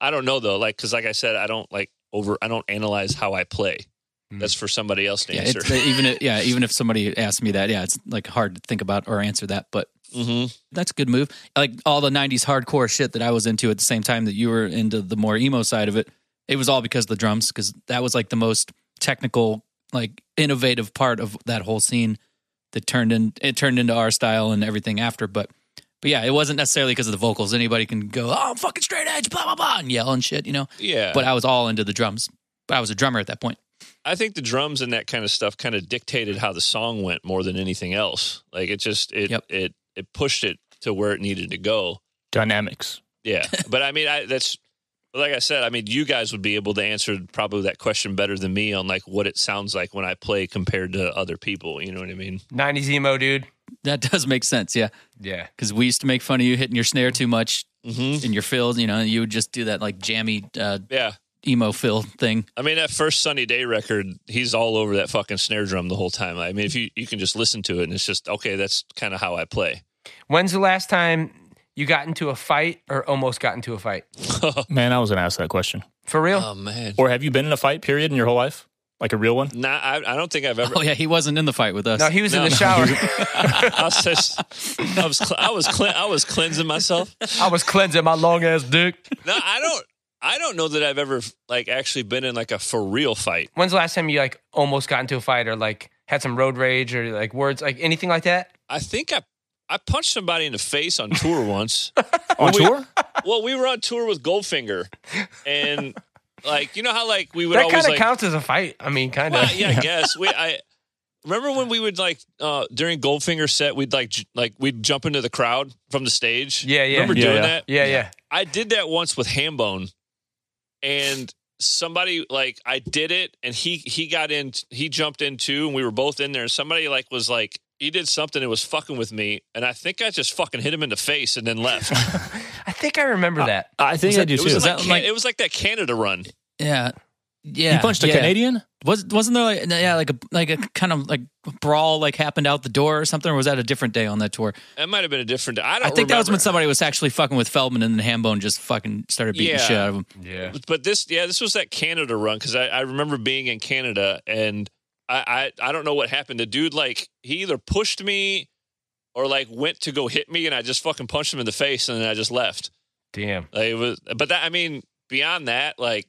I don't know though, like because like I said, I don't like over, I don't analyze how I play.
Mm.
That's for somebody else to
Yeah,
answer.
it's, even if, yeah, even if somebody asked me that, yeah, it's like hard to think about or answer that, but
hmm
that's a good move. Like all the '90s hardcore shit that I was into at the same time that you were into the more emo side of it. It was all because of the drums, because that was like the most technical, like innovative part of that whole scene. That turned in it turned into our style and everything after, but but yeah, it wasn't necessarily because of the vocals. Anybody can go, oh, I'm fucking straight edge, blah blah blah, and yell and shit, you know.
Yeah,
But I was all into the drums. But I was a drummer at that point.
I think the drums and that kind of stuff kind of dictated how the song went more than anything else. Like it just it
Yep.
it it pushed it to where it needed to go.
Dynamics.
Yeah, but I mean, I that's but like I said. I mean, you guys would be able to answer probably that question better than me on like what it sounds like when I play compared to other people. You know what I mean?
90s emo, dude.
That does make sense, yeah.
Yeah.
Because we used to make fun of you hitting your snare too much
Mm-hmm.
in your fills. You know, you would just do that like jammy uh,
Yeah,
emo fill thing.
I mean that first Sunny Day record, he's all over that fucking snare drum the whole time. I mean, if you you can just listen to it and it's just okay, that's kind of how I play.
When's the last time you got into a fight or almost got into a fight?
Man, I was gonna ask that question.
For real?
Oh man,
Or have you been in a fight period in your whole life? Like a real one?
nah, I, I don't think I've ever.
Oh yeah, he wasn't in the fight with us.
no, he was in
no,
the
no.
shower.
I was just, I was, cl- I was, cle- I was cleansing myself.
I was cleansing my long ass dick.
No, I don't. I don't know that I've ever like actually been in like a for real fight.
When's the last time you like almost got into a fight or like had some road rage or like words, like anything like that?
I think I I punched somebody in the face on tour once.
On tour?
well, we were on tour with Goldfinger, and like you know how like we would
That
always
kind of
like
counts as a fight. I mean, kind of.
well, yeah, I guess we I remember when we would like uh during Goldfinger set we'd like j- like we'd jump into the crowd from the stage.
Yeah, yeah.
remember doing
Yeah, yeah.
that?
yeah, yeah.
I did that once with Hambone, and somebody like I did it, and he he got in, he jumped in too, and we were both in there. And somebody like was like, he did something that was fucking with me, and I think I just fucking hit him in the face and then left.
I think I remember
Uh,
that.
I think
Was
I
that-
do
It
too.
was,
Is
like,
that
Can-
like-
it was like that Canada run.
yeah, yeah.
you punched a
yeah.
Canadian?
Was wasn't there like yeah like a like a kind of like brawl like happened out the door or something or was that a different day on that tour?
That might have been a different. I
I
don't.
think that was when
remember.
somebody was actually fucking with Feldman and then Hambone just fucking started beating
Yeah.
shit out of him.
Yeah.
But this, yeah, this was that Canada run because I, I remember being in Canada and I, I I don't know what happened. The dude like he either pushed me or like went to go hit me and I just fucking punched him in the face and then I just left.
Damn.
Like, it was, but that I mean, beyond that, like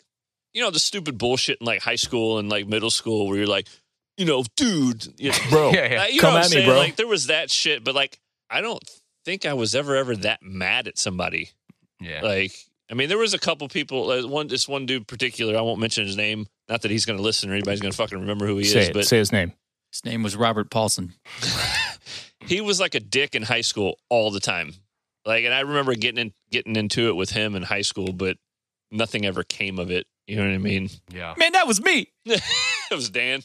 you know the stupid bullshit in like high school and like middle school where you're like, you know, dude, you know,
bro.
Yeah, yeah.
Uh, you
Come
know
at
what I'm
me,
saying?
bro.
Like there was that shit, but like I don't think I was ever ever that mad at somebody.
Yeah.
Like I mean, there was a couple people. Uh, one this one dude in particular. I won't mention his name. Not that he's going to listen or anybody's going to fucking remember who he
say
is.
it.
But
say his name.
His name was Robert Paulson.
he was like a dick in high school all the time. Like, and I remember getting in, getting into it with him in high school, but nothing ever came of it. You know what I mean?
Yeah.
Man, that was me.
it was Dan.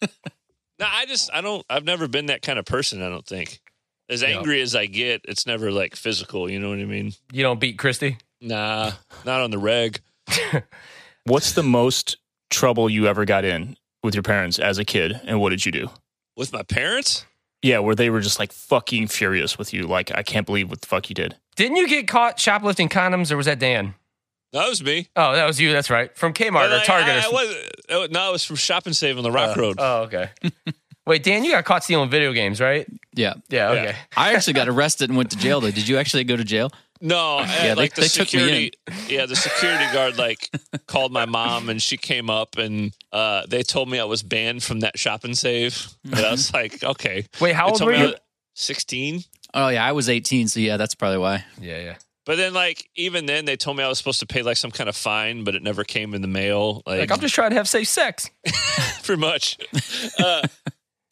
no, I just I don't I've never been that kind of person, I don't think. As
Yeah.
angry as I get, it's never like physical, you know what I mean?
You don't beat Christie?
Nah, not on the reg.
What's the most trouble you ever got in with your parents as a kid, and what did you do?
With my parents?
Yeah, where they were just like fucking furious with you. Like, I can't believe what the fuck you did.
Didn't you get caught shoplifting condoms or was that Dan?
That was me.
Oh, that was you. That's right. From Kmart
But,
or
like,
Target
I,
or
I
something.
wasn't- oh, no, it was from Shop and Save on the
Uh,
Rock Road.
Oh, okay. Wait, Dan, you got caught stealing video games, right?
Yeah.
Yeah,
Yeah.
okay.
I actually got arrested and went to jail though. Did you actually go to jail?
No, I-
Yeah, they-
like the
they took me
security. Yeah, the security guard like called my mom, and she came up, and uh, they told me I was banned from that shop and save. And I was like, okay.
Wait, how
They
old
told
were
me I
you?
was Sixteen.
Oh yeah, I was 18, so yeah, that's probably why.
Yeah, yeah.
But then, like, even then, they told me I was supposed to pay like some kind of fine, but it never came in the mail. Like,
Like, I'm just trying to have safe sex.
pretty much. Uh,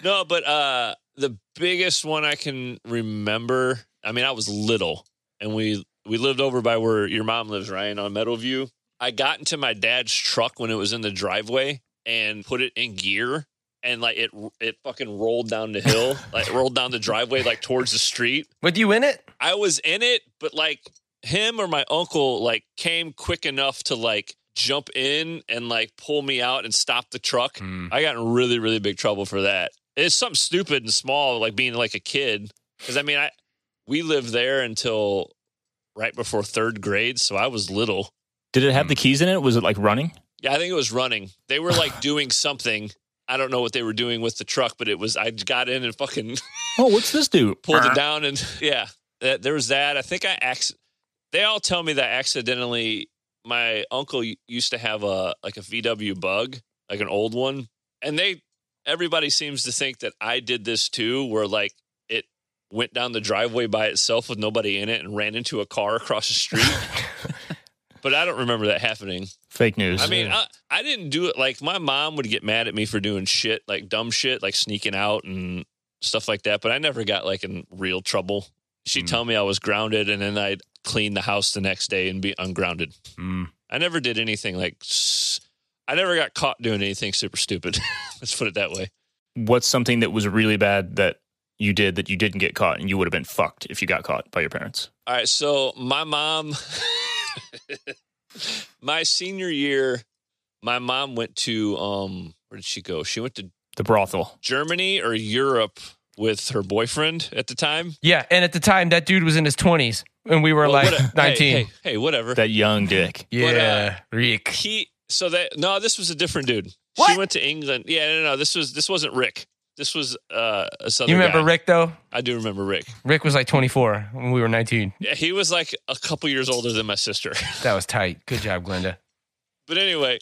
no, but uh, the biggest one I can remember. I mean, I was little, and we we lived over by where your mom lives, Ryan, on Meadowview. I got into my dad's truck when it was in the driveway and put it in gear, and like it it fucking rolled down the hill, like it rolled down the driveway, like towards the street.
With you in it?
I was in it, but like him or my uncle like came quick enough to like jump in and like pull me out and stop the truck. I got in really, really big trouble for that. It's something stupid and small, like being like a kid. Because I mean, I we lived there until right before third grade, so I was little.
Did it have
Hmm.
the keys in it? Was it like running?
Yeah, I think it was running. They were like doing something. I don't know what they were doing with the truck, but it was. I got in and fucking
Oh, what's this do?
pulled it down and yeah that, there was that i think i acc- they all tell me that accidentally my uncle y- used to have a like a vw bug like an old one and they everybody seems to think that i did this too where like it went down the driveway by itself with nobody in it and ran into a car across the street but i don't remember that happening
Fake news.
I mean, uh, I, I didn't do it. Like my mom would get mad at me for doing shit, like dumb shit, like sneaking out and stuff like that. But I never got like in real trouble. She'd tell me I was grounded, and then I'd clean the house the next day and be ungrounded.
Hmm.
I never did anything like. s- I never got caught doing anything super stupid. Let's put it that way.
what's something that was really bad that you did that you didn't get caught and you would have been fucked if you got caught by your parents?
All right, so my mom, my senior year, my mom went to um, where did she go? She went to
The brothel.
Germany or Europe with her boyfriend at the time.
Yeah, and at the time, that dude was in his 20s, and we were
Well,
like
what- hey,
19.
Hey, hey, whatever.
That young dick.
What,
Yeah, Rick.
he so that no, this was a different dude.
What?
She went to England. Yeah, no, no, this was this wasn't Rick. This was uh, a southern.
You remember
guy.
Rick though?
I do remember Rick.
Rick was like 24 when we were 19.
Yeah, he was like a couple years older than my sister.
That was tight. Good job, Glenda.
But anyway,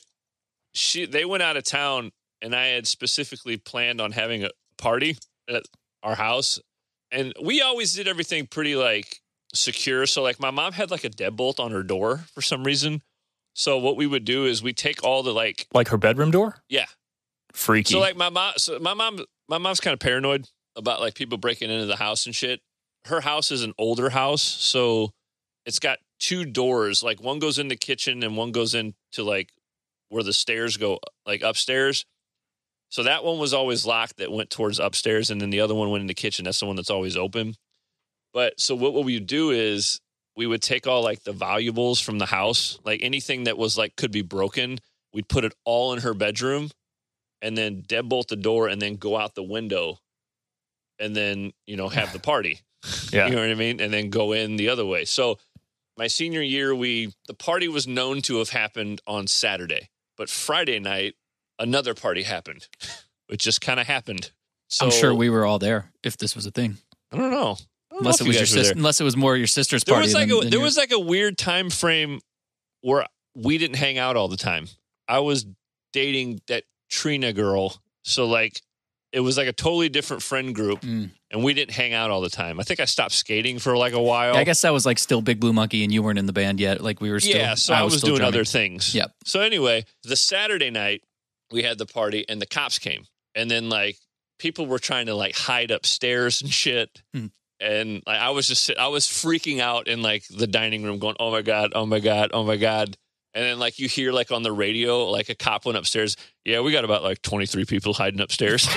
she they went out of town, and I had specifically planned on having a party at our house, and we always did everything pretty like secure. So like my mom had like a deadbolt on her door for some reason. So what we would do is we take all the like
Like her bedroom door?
yeah.
Freaky.
So like my mom, so my mom, my mom's kind of paranoid about like people breaking into the house and shit. Her house is an older house, so it's got two doors. Like one goes in the kitchen and one goes into like where the stairs go, like upstairs. So that one was always locked that went towards upstairs, and then the other one went in the kitchen. That's the one that's always open. But so what we would do is we would take all like the valuables from the house, like anything that was like could be broken. We'd put it all in her bedroom and then deadbolt the door and then go out the window and then, you know, have the party.
Yeah.
You know what I mean? And then go in the other way. So my senior year, we the party was known to have happened on Saturday, but Friday night, another party happened. It just kind of happened. So
I'm sure we were all there if this was a thing.
I don't know. I don't know
Unless it
if you
was your
guys were
sister,
there.
unless it was more your sister's
There
party.
was like
than-
a
than
there
your-
was like a weird time frame where we didn't hang out all the time. I was dating that Trina girl, so like it was like a totally different friend group,
Mm.
and we didn't hang out all the time. I think I stopped skating for like a while.
I guess that was like still Big Blue Monkey, and you weren't in the band yet. Like we were still.
yeah, so I, was,
still
doing
drumming.
other things.
Yep.
So anyway, the Saturday night we had the party and the cops came. And then like people were trying to like hide upstairs and shit.
Hmm.
And like I was just sit- I was freaking out in like the dining room going, "Oh my god, oh my god, oh my god." And then like you hear like on the radio like a cop went upstairs. Yeah, we got about like 23 people hiding upstairs.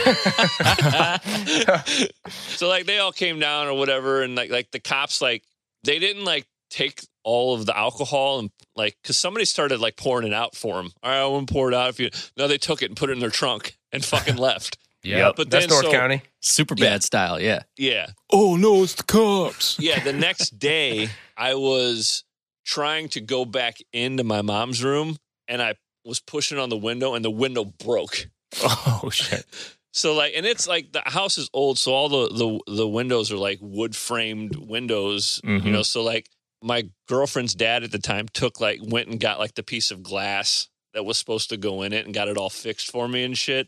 so like they all came down or whatever and like like the cops like they didn't like take all of the alcohol and like because somebody started like pouring it out for them. All right, I wouldn't pour it out if you. No, they took it and put it in their trunk and fucking left.
Yep.
But
That's
then
North
so
County.
Super bad
Yeah.
style. Yeah.
yeah,
Oh no, it's the cops.
yeah. The next day, I was trying to go back into my mom's room and I was pushing on the window and the window broke.
Oh shit.
So like, and it's like the house is old, so all the the the windows are like wood framed windows,
Mhm.
you
Mm-hmm.
know. So like, my girlfriend's dad at the time took like went and got like the piece of glass that was supposed to go in it and got it all fixed for me and shit.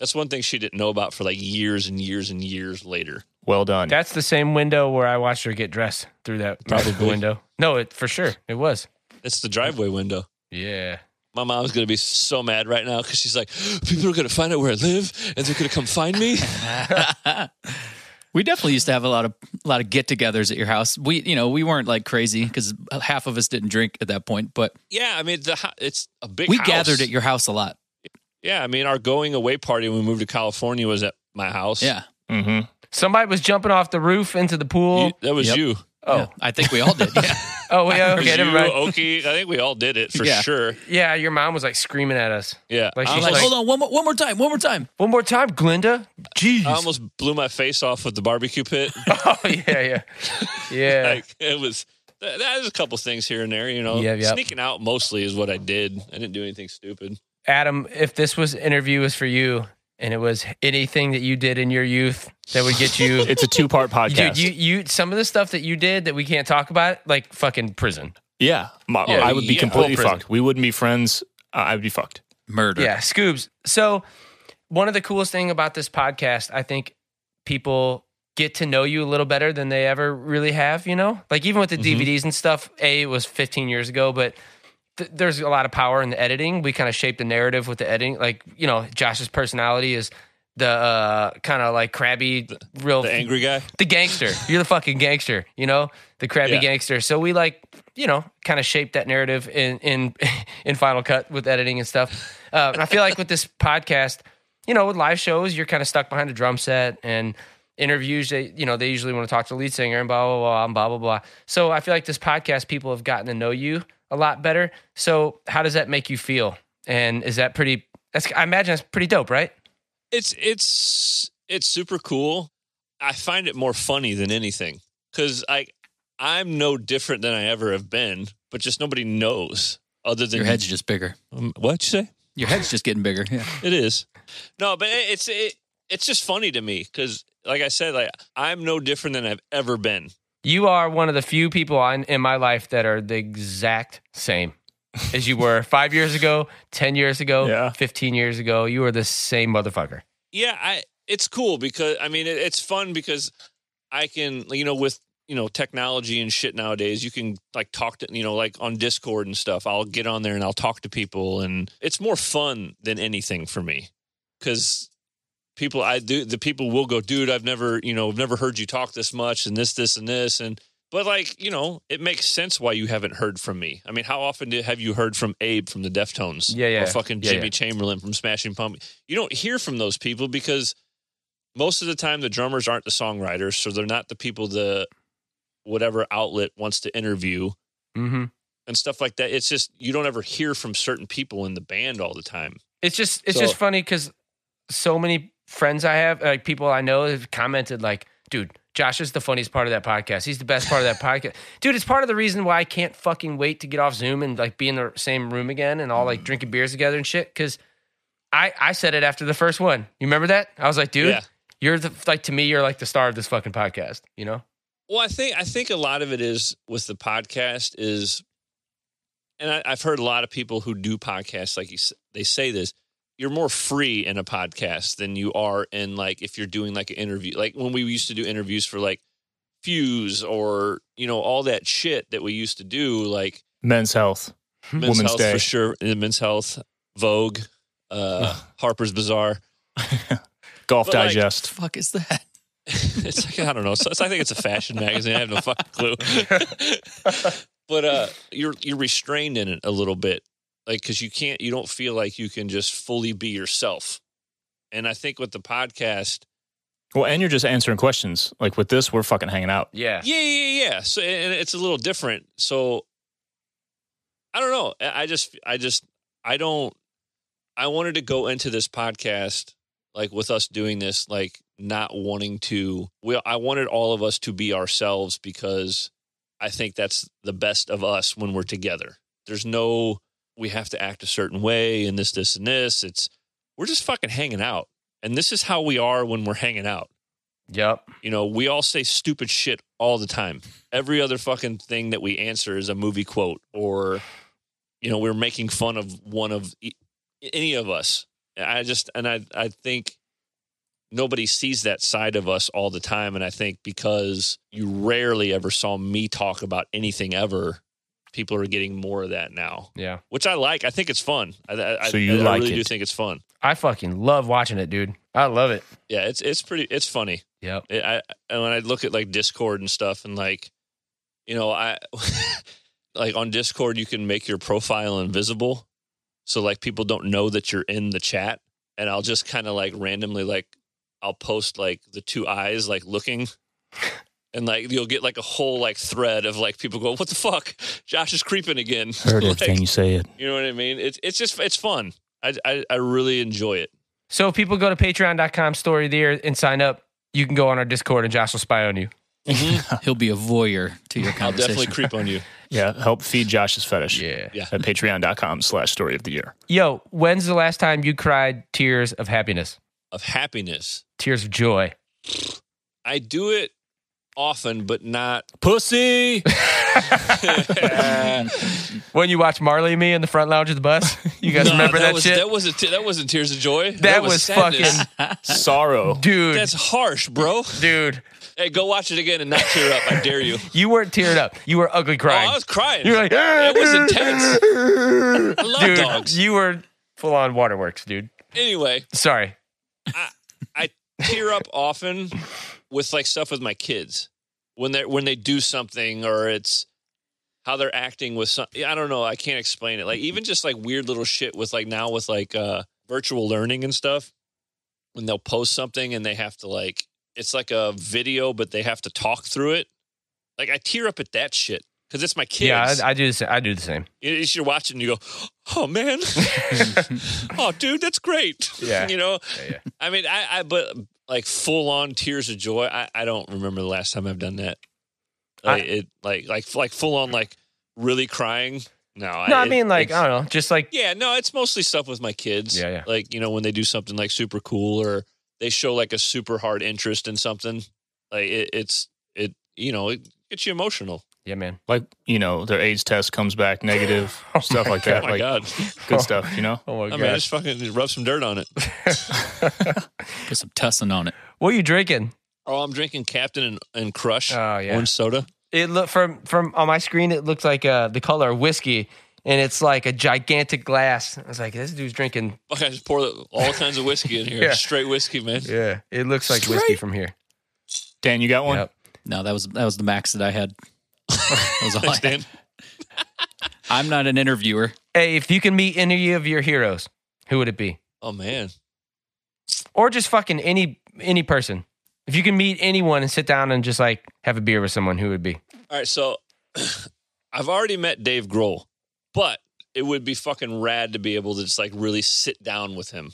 That's one thing she didn't know about for like years and years and years later.
Well done.
That's the same window where I watched her get dressed through that magical
Probably.
window. No, it for sure it was.
It's the driveway window.
Yeah.
My mom's gonna be so mad right now because she's like, people are gonna find out where I live and they're gonna come find me.
we definitely used to have a lot of a lot of get-togethers at your house. We, you know, we weren't like crazy because half of us didn't drink at that point, but
yeah, I mean, the ho- it's a big.
we
house. Oh.
gathered at your house a lot.
Yeah, I mean, our going away party when we moved to California was at my house.
Yeah.
hmm
Somebody was jumping off the roof into the pool.
You- that was
Yep.
you.
oh,
Yeah. I think we all did. Yeah.
oh, yeah. Okay,
It
never
was you,
mind.
Oki. I think we all did it for
Yeah.
sure.
Yeah, your mom was like screaming at us.
Yeah,
Like
I
she's
I'm like,
almost-
hold on, one more, one more time, one more time.
One more time, Glinda. Jeez.
I almost blew my face off with the barbecue pit.
oh yeah, yeah, yeah.
like it was. th- That was a couple things here and there, you know.
Yeah, yeah.
Sneaking out mostly is what I did. I didn't do anything stupid.
Adam, if this was interview was for you, and it was anything that you did in your youth that would get you,
It's a two part podcast.
dude, you you some of the stuff that you did that we can't talk about, like fucking prison.
yeah. My-
Yeah,
I would be
yeah.
completely
Prison.
fucked. We wouldn't be friends. I would be fucked.
Murder.
Yeah, Scoobs. So one of the coolest thing about this podcast, I think people get to know you a little better than they ever really have. You know, like even with
Mm-hmm.
the DVDs and stuff. A it was 15 years ago, but th- there's a lot of power in the editing. We kind of shape the narrative with the editing. Like you know, Josh's personality is the uh, kind of like crabby, real
The angry guy.
the gangster. You're the fucking gangster, you know, the crabby
Yeah.
gangster. So we like, you know, kind of shape that narrative in in in Final Cut with editing and stuff. Uh, and I feel like with this podcast, you know, with live shows, you're kind of stuck behind a drum set and interviews. They, you know, they usually want to talk to the lead singer and blah blah blah and blah blah blah. So I feel like this podcast, people have gotten to know you a lot better. So how does that make you feel? And is that pretty? That's I imagine that's pretty dope, right?
It's it's it's super cool. I find it more funny than anything because I I'm no different than I ever have been, but just nobody knows other than
Your head's just bigger.
Um, what you say?
Your head's just getting bigger. Yeah.
It is. No, but it- it's it, it's just funny to me because, like I said, like I'm no different than I've ever been.
You are one of the few people on, in my life that are the exact same as you were five years ago, 10 years ago,
Yeah.
15 years ago. You are the same motherfucker.
Yeah, I it's cool because I mean it, it's fun because I can you know with you know technology and shit nowadays you can like talk to you know like on Discord and stuff. I'll get on there and I'll talk to people and it's more fun than anything for me because people I do the people will go, dude, I've never you know I've never heard you talk this much and this this and this and. But like you know, it makes sense why you haven't heard from me. I mean, how often did, have you heard from Abe from the Deftones?
Yeah, yeah.
Or fucking
Yeah,
Jimmy
yeah.
Chamberlain from Smashing Pumpkins you don't hear from those people because most of the time the drummers aren't the songwriters, so they're not the people the whatever outlet wants to interview
Mm-hmm.
and stuff like that. It's just you don't ever hear from certain people in the band all the time.
It's just, it's
So-
just funny because so many friends I have, like people I know, have commented like, "Dude, Josh is the funniest part of that podcast. He's the best part of that podcast, dude. It's part of the reason why I can't fucking wait to get off Zoom and like be in the same room again and all
Mm.
like drinking beers together and shit. Because I I said it after the first one. You remember that? I was like, dude,
Yeah.
you're the like to me, you're like the star of this fucking podcast. You know?
Well, I think I think a lot of it is with the podcast is, and I, I've heard a lot of people who do podcasts like you, s- they say this. You're more free in a podcast than you are in like if you're doing like an interview. Like when we used to do interviews for like Fuse or you know all that shit that we used to do, like
Men's health.
Men's
Women's
Health
Day.
for sure, and Men's Health, Vogue, uh, Harper's Bazaar.
Golf
But, like,
the
Digest.
fuck is that?
it's like I don't know. So it's, I think it's a fashion magazine. I have no fucking clue. but uh, you're you're restrained in it a little bit, like because you can't, you don't feel like you can just fully be yourself. And I think with the podcast,
well, and you're just answering questions. Like with this, we're fucking hanging out.
Yeah.
yeah, yeah, yeah. So and it's a little different. So I don't know. I I just, I just, I don't. I wanted to go into this podcast like with us doing this, like not wanting to. We, I wanted all of us to be ourselves because I think that's the best of us when we're together. There's no we have to act a certain way and this, this, and this. It's we're just fucking hanging out, and this is how we are when we're hanging out.
Yep.
You know, we all say stupid shit all the time. Every other fucking thing that we answer is a movie quote or, you know, we're making fun of one of e- any of us. And I just, and I, I think nobody sees that side of us all the time. And I think because you rarely ever saw me talk about anything ever, people are getting more of that now,
Yeah.
which I like. I think it's fun. I, I,
So
I-
you
I
like
really do
it.
think it's fun.
I fucking love watching it, dude. I love it.
Yeah, it's it's pretty it's funny.
Yep.
It, I and when I look at like Discord and stuff, and like, you know, I like on Discord you can make your profile invisible, so like people don't know that you're in the chat. And I'll just kind of like randomly like I'll post like the two eyes like looking. And like you'll get like a whole like thread of like people going, "What the fuck? Josh is creeping again."
Heard
Like,
it. Can you say it?
you know what I mean? It's it's just it's fun. I I, I really enjoy it.
So if people go to patreon.com story of the year and sign up, you can go on our Discord and Josh will spy on you.
He'll be a voyeur to your
I'll
conversation.
definitely creep on you.
Yeah. Help feed Josh's fetish.
Yeah.
At patreon.com slash story of the year.
Yo, when's the last time you cried tears of happiness?
Of happiness.
Tears of joy.
I do it often, but not.
Pussy.
When you watch Marley and me in the front lounge of the bus, you guys
Nah,
remember that,
was,
shit?
That wasn't. T- that wasn't tears of joy. That,
That
was,
was
sadness.
fucking-
Sorrow.
dude,
That's harsh, bro.
dude,
Hey, go watch it again and not tear up. I dare you.
you weren't teared up. You were ugly
Oh,
crying.
I was crying.
you were like, "Ah."
it was intense. I love
dude,
dogs.
you were full on waterworks, dude.
Anyway,
Sorry.
I tear up often with like stuff with my kids when they when they do something or it's how they're acting with some. I don't know. I can't explain it. Like even just like weird little shit with like now with like uh virtual learning and stuff. When they'll post something and they have to like it's like a video, but they have to talk through it. Like I tear up at that shit because it's my kids.
Yeah, I, I do the same. I do the same.
You- You're watching, you go, oh man, oh dude, that's great.
Yeah.
you know,
Yeah,
I mean, I, I, but like full on tears of joy. I, I don't remember the last time I've done that. Like,
I-
it, like, like, like full on, like really crying. No,
No, I
it-
mean like
it's-
I don't know, just like
yeah, no, it's mostly stuff with my kids.
Yeah, yeah.
Like you know when they do something like super cool or they show like a super hard interest in something. Like it, it's it, you know, it gets you emotional.
yeah, man.
Like, you know, their AIDS test comes back negative. stuff like
Oh
that.
my
like
god!
good stuff, you know?
Oh my
I
god.
mean, just fucking just rub some dirt on it.
Put some tussin on it.
what are you drinking?
Oh, I'm drinking Captain and, and Crush
Oh, yeah.
orange soda.
It look from from on my screen. It looked like uh, the color of whiskey, and it's like a gigantic glass. I was like, this dude's drinking.
Fuck, I just pour all kinds of whiskey in here.
Yeah.
Straight whiskey, man.
Yeah, it looks like whiskey from here.
Dan, you got one?
Yep.
No, that was that was the max that I had. That was all I
Thanks,
had.
Dan.
I'm not an interviewer.
Hey, if you can meet any of your heroes, who would it be?
Oh man,
Or just fucking any any person. If you can meet anyone and sit down and just like have a beer with someone, who would it be?
All right, so I've already met Dave Grohl, but it would be fucking rad to be able to just like really sit down with him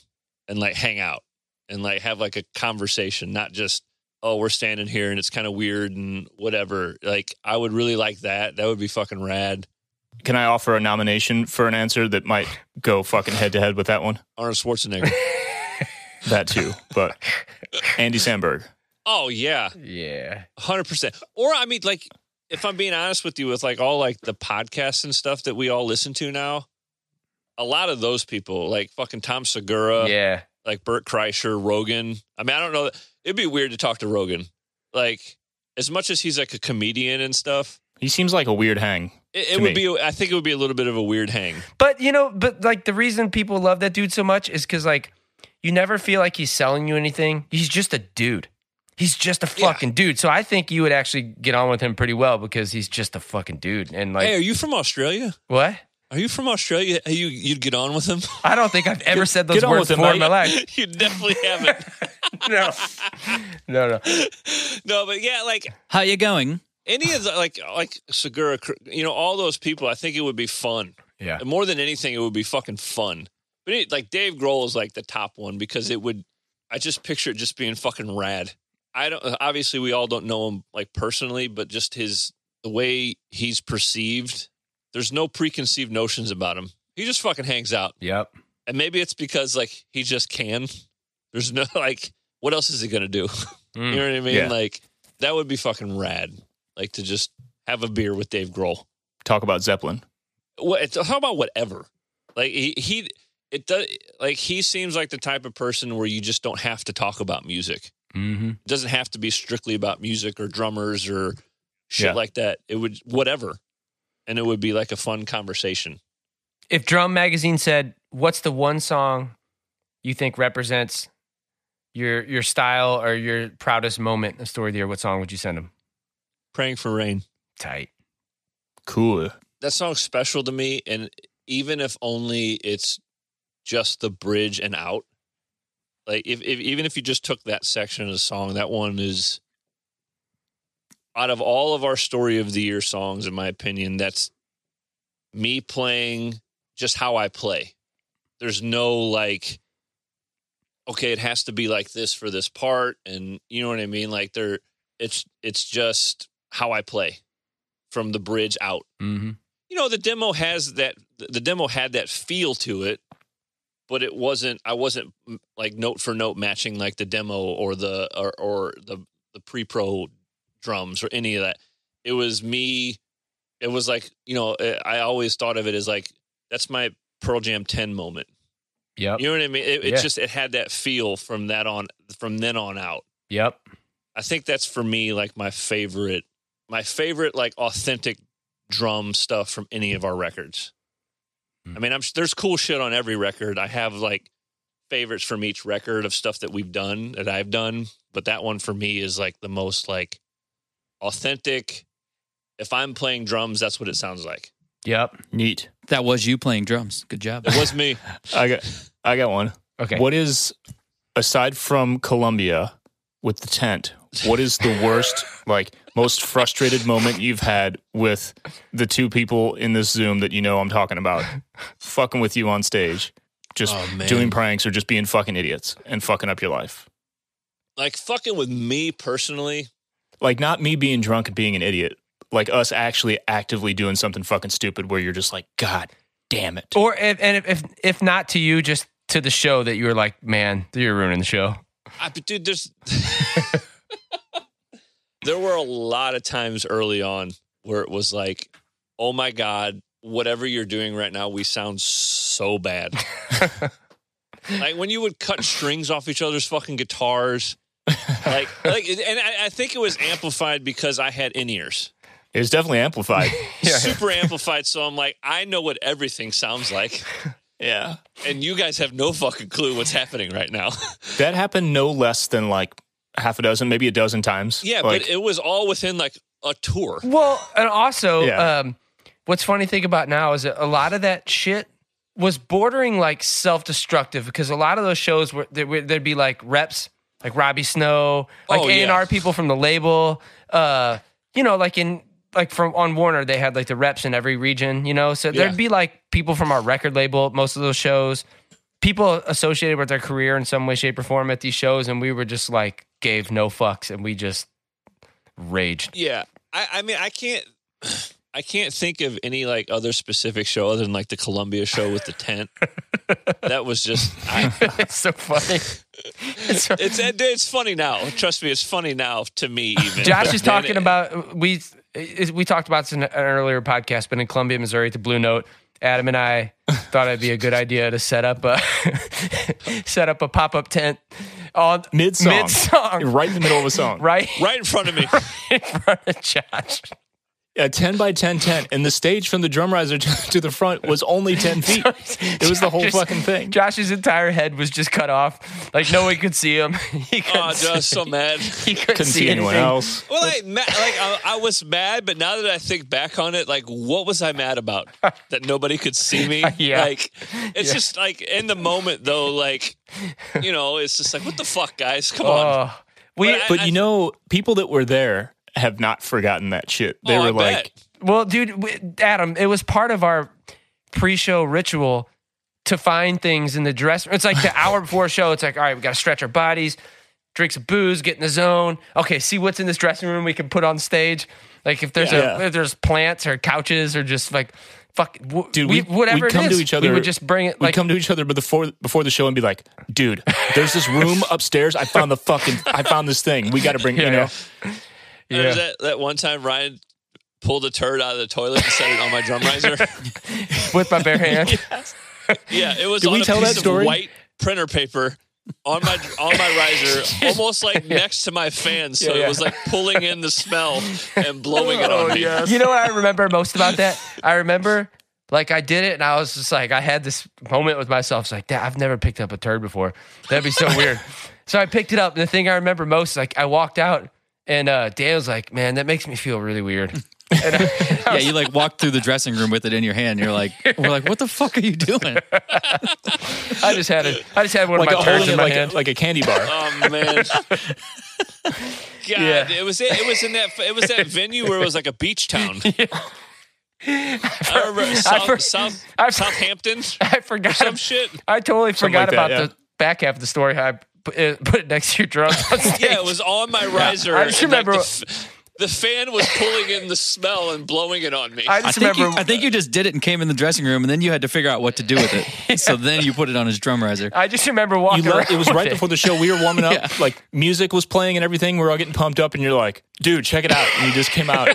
and like hang out. and like have like a conversation, not just oh we're standing here and it's kind of weird and whatever. Like I would really like that. That would be fucking rad.
Can I offer a nomination for an answer that might go fucking head to head with that one?
Arnold Schwarzenegger.
That too, but Andy Samberg.
oh yeah,
Yeah.
hundred percent. Or I mean, like if I'm being honest with you, with like all like the podcasts and stuff that we all listen to now, a lot of those people like fucking Tom Segura.
yeah.
like Burt Kreischer, Rogan. I mean, I don't know. It'd be weird to talk to Rogan. Like, as much as he's like a comedian and stuff,
He seems like a weird hang.
it,
To
it
me.
would be, I think it would be a little bit of a weird hang.
But you know, but like the reason people love that dude so much is because like you never feel like he's selling you anything. He's just a dude. He's just a
Yeah.
fucking dude. So I think you would actually get on with him pretty well because he's just a fucking dude. And like
hey, are you from Australia?
what?
Are you from Australia? Hey, You, you'd get on with him?
I don't think I've ever said those
get on with
words
it,
before in my
mate.
life.
you definitely haven't.
No. No, no.
no, but yeah, like
How you going?
any of the, like, like Segura, you know, all those people, I think it would be fun.
Yeah.
more than anything, it would be fucking fun. But it, like Dave Grohl is like the top one because it would. I just picture it just being fucking rad. I don't. Obviously, we all don't know him like personally, but just his the way he's perceived. There's no preconceived notions about him. He just fucking hangs out,
Yep.
and maybe it's because like he just can. There's no like, what else is he gonna do?
Mm.
you know what I mean?
Yeah.
Like that would be fucking rad. Like to just have a beer with Dave Grohl
Talk about Zeppelin.
what it's- how about whatever like he, he it does like he seems like the type of person where you just don't have to talk about music
Mm-hmm.
it doesn't have to be strictly about music or drummers or shit
Yeah.
like that it would whatever and it would be like a fun conversation
If Drum Magazine said, "What's the one song you think represents your your style or your proudest moment of story of the year?" What song would you send them?
praying for rain
Tight.
Cool.
that song's special to me and even if only it's just the bridge and out like if, if even if you just took that section of the song that one is out of all of our story of the year songs in my opinion that's me playing just how i play there's no like okay it has to be like this for this part and you know what i mean like there it's it's just how i play from the bridge out
Mm-hmm.
you know the demo has that the demo had that feel to it but it wasn't i wasn't mm, like note for note matching like the demo or the or, or the the pre-pro drums or any of that it was me it was like you know eh, i always thought of it as like that's my pearl jam 10 moment
Yep.
you know what i mean it, it
Yeah.
just it had that feel from that on from then on out
Yep.
I think that's for me like my favorite, my favorite like authentic drum stuff from any of our records.
Mm.
I mean, I'm there's cool shit on every record. I have like favorites from each record of stuff that we've done that I've done, but that one for me is like the most like authentic. If I'm playing drums, that's what it sounds like.
Yep.
Neat.
That was you playing drums. Good job.
It was me.
I got I got one.
Okay.
What is aside from Columbia with the tent, what is the worst, like most frustrated moment you've had with the two people in this Zoom that you know I'm talking about fucking with you on stage? Just
Oh, man.
doing pranks or just being fucking idiots and fucking up your life.
like fucking with me personally.
Like not me being drunk and being an idiot, like us actually actively doing something fucking stupid where you're just like, God damn it.
Or if, and if, if if not to you, just to the show that you were like, man, you're ruining the show.
I, but dude, there's there were a lot of times early on where it was like, oh my god, whatever you're doing right now, we sound so bad. like when you would cut strings off each other's fucking guitars, like like, and I, I think it was amplified because I had in ears,
It was definitely amplified.
super amplified. So I'm like, I know what everything sounds like,
yeah.
and you guys have no fucking clue what's happening right now.
That happened no less than like half a dozen, maybe a dozen times.
yeah,
Like,
but it was all within like a tour.
Well, and also,
Yeah.
um, what's funny thing about now is that a lot of that shit was bordering like self destructive because a lot of those shows were there, were- there'd be like reps like Robbie Snow, like
Oh,
A
yeah.
and R people from the label, uh, you know, like in like from on Warner they had like the reps in every region, you know, so
Yeah.
there'd be like people from our record label at most of those shows. people associated with their career in some way, shape, or form at these shows, and we were just like gave no fucks, and we just raged.
Yeah. I, I mean, I can't. I can't think of any like other specific show other than like the Columbia show with the tent. that was just I,
it's so funny. It's so-
it's it's funny now. Trust me, it's funny now to me. Even
Josh is
Then
talking
it-
about we is- we talked about this in an earlier podcast, but in Columbia, Missouri, at the Blue Note, Adam and I thought it'd be a good idea to set up a set up a pop up tent on
Mid song.
mid song,
Right in the middle of a song.
right
right in front of me.
in front of Josh.
A 10 by 10 tent. And the stage from the drum riser to, to the front was only 10 feet. It was the whole
Josh's-
fucking thing.
Josh's entire head was just cut off, like no one could see him. He couldn't
oh,
see,
Josh, so mad.
he couldn't
Couldn't
see
see anyone
anything.
else.
Well, I ma- like I, I was mad, but now that I think back on it, like what was I mad about? That nobody could see me.
Yeah.
Like it's just like in the moment though, like you know, it's just like what the fuck, guys? Come on.
Oh, we
But I-
But you know, people that were there have not forgotten that shit. They
Oh, I
were like,
bet.
Well, dude, w- Adam, it was part of our pre-show ritual to find things in the dressing room. It's like the hour before a show. It's like, all right, we got to stretch our bodies, drink some booze, get in the zone. Okay, see what's in this dressing room we can put on stage. Like if there's
Yeah.
a, if there's plants or couches or just like fuck, w-
dude,
we,
we,
whatever
we'd come
it is,
to each other.
we would just bring it.
we
Like
come to each other before before the show and be like, dude, there's this room upstairs. I found the fucking, I found this thing. We got to bring,
Yeah,
you know,
yeah.
There was
yeah.
That, that one time Ryan pulled a turd out of the toilet and set it on my drum riser.
with my bare hand.
yeah, it was
Did
on
we
a
tell
piece
that
of
story?
white printer paper on my on my riser, almost like next to my fan. So
Yeah, Oh, yeah.
it was like pulling in the smell and blowing it on me.
You know what I remember most about that? I remember like I did it and I was just like I had this moment with myself. It's like, "Dad, I've never picked up a turd before. That'd be so weird. So I picked it up and the thing I remember most, like I walked out and uh Dan was like, Man, that makes me feel really weird. And I,
Yeah, you like walk through the dressing room with it in your hand. You're like, we're like, what the fuck are you doing?
I just had it I just had one
like,
of my turds
holding
in
it
my
like, a,
hand.
like a candy bar.
Oh man. God,
Yeah.
it was it was in that it was that venue where it was like a beach town. I remember South,
for-
South,
I for-
Southampton,
I forgot
some shit.
I totally forgot
like that,
about
yeah.
the back half of the story how I put it, put it next to your drums on stage.
Yeah, it was on my riser.
I just
and, like,
remember-
the, f- the fan was pulling in the smell and blowing it on me.
I
I
just
think,
remember
you, I think you just did it and came in the dressing room, and then you had to figure out what to do with it. So then you put it on his drum riser.
I just remember
You
walking
left,
around
it was
with
right before the show. We were warming up. Like music was playing and everything. We were all getting pumped up, and you're like, "Dude, check it out!" And you just came out,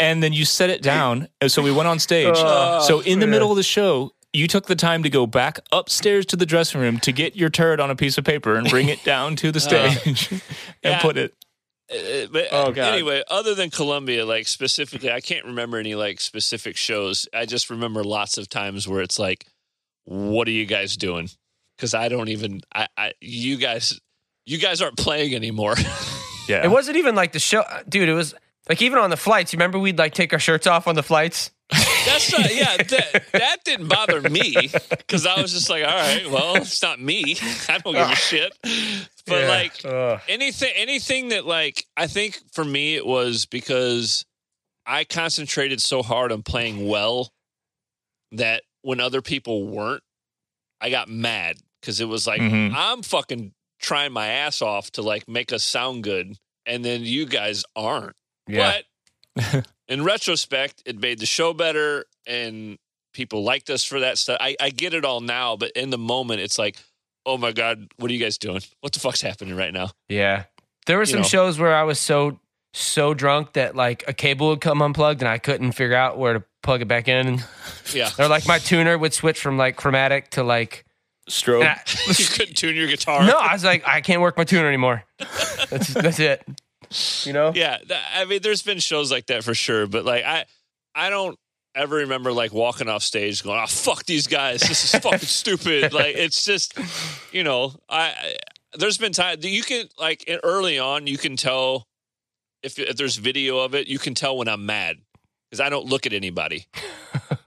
and then you set it down. And so we went on stage. so in the middle of the show, you took the time to go back upstairs to the dressing room to get your turd on a piece of paper and bring it down to the stage and
Yeah.
put it.
Uh, but
Oh,
uh,
God.
anyway, other than Columbia, like specifically, I can't remember any like specific shows. I just remember lots of times where it's like, "What are you guys doing?" Because I don't even. I, I you guys, you guys aren't playing anymore.
Yeah,
It wasn't even like the show, uh, dude. It was like even on the flights. You remember we'd like take our shirts off on the flights.
That's not. Yeah, that, that didn't bother me because I was just like, "All right, well, it's not me. I don't
Uh,
give a shit." But
Yeah.
like,
Ugh.
anything anything that like i think for me it was because i concentrated so hard on playing well that when other people weren't i got mad because it was like
Mhm.
i'm fucking trying my ass off to like make us sound good and then you guys aren't
yeah,
but in retrospect it made the show better and people liked us for that stuff I, I get it all now but in the moment it's like oh my god what are you guys doing what the fuck's happening right now
yeah. There were
You
some
know.
shows where I was so so drunk that like a cable would come unplugged and I couldn't figure out where to plug it back in.
yeah
Or like my tuner would switch from like chromatic to like.
strobe.
and I-
you couldn't tune your guitar.
no, I was like, I can't work my tuner anymore. That's that's it. You know.
Yeah, th- I mean, there's been shows like that for sure, but like I, I don't ever remember like walking off stage going, "Oh fuck these guys, this is fucking stupid." Like it's just, you know, I, I there's been time you can like in- early on you can tell if if there's video of it, you can tell when I'm mad because I don't look at anybody.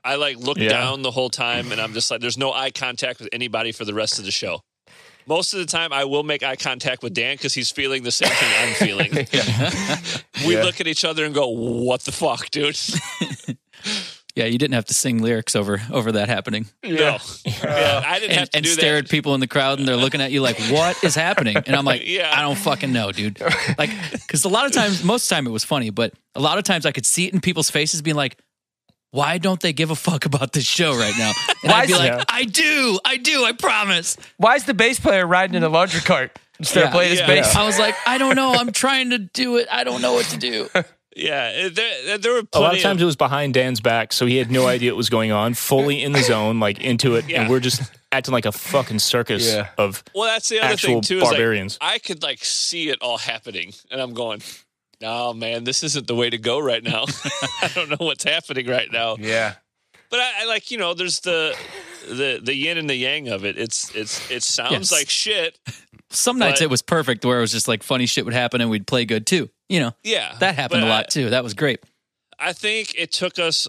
I like look
Yeah.
down the whole time, and I'm just like, there's no eye contact with anybody for the rest of the show. Most of the time, I will make eye contact with Dan because he's feeling the same thing I'm feeling.
Yeah.
We look at each other and go, "What the fuck, dude?"
Yeah, you didn't have to sing lyrics over over that happening,
No, Yeah, I didn't
and,
have to
and
do
stare
that.
at people in the crowd, and they're looking at you like, "What is happening?" And I'm like,
Yeah.
"I don't fucking know, dude." Like, because a lot of times, most of the time, it was funny, but a lot of times I could see it in people's faces, being like, "Why don't they give a fuck about this show right now?" And
Why
I'd be
is-
like,
Yeah.
"I do, I do, I promise."
Why is the bass player riding in a laundry cart instead of
Yeah.
playing his
Yeah.
bass?
I was like, "I don't know, I'm trying to do it, I don't know what to do."
Yeah, it- there, there were
A lot
plenty
of times it was behind Dan's back, so he had no idea what was going on, fully in the zone, like into it,
Yeah.
and we're just acting like a fucking circus
Yeah.
of
Well, that's the other
actual
thing too.
barbarians.
Is like, I could like see it all happening, and I'm going, "No, man, this isn't the way to go right now. I don't know what's happening right now."
Yeah.
But I, I like you know, there's the the the yin and the yang of it. It's it's it sounds
Yes.
like shit.
Some nights
But-
it was perfect, where it was just like funny shit would happen, and we'd play good too. You know,
Yeah,
that happened
but
a
I-
lot too. That was great.
I think it took us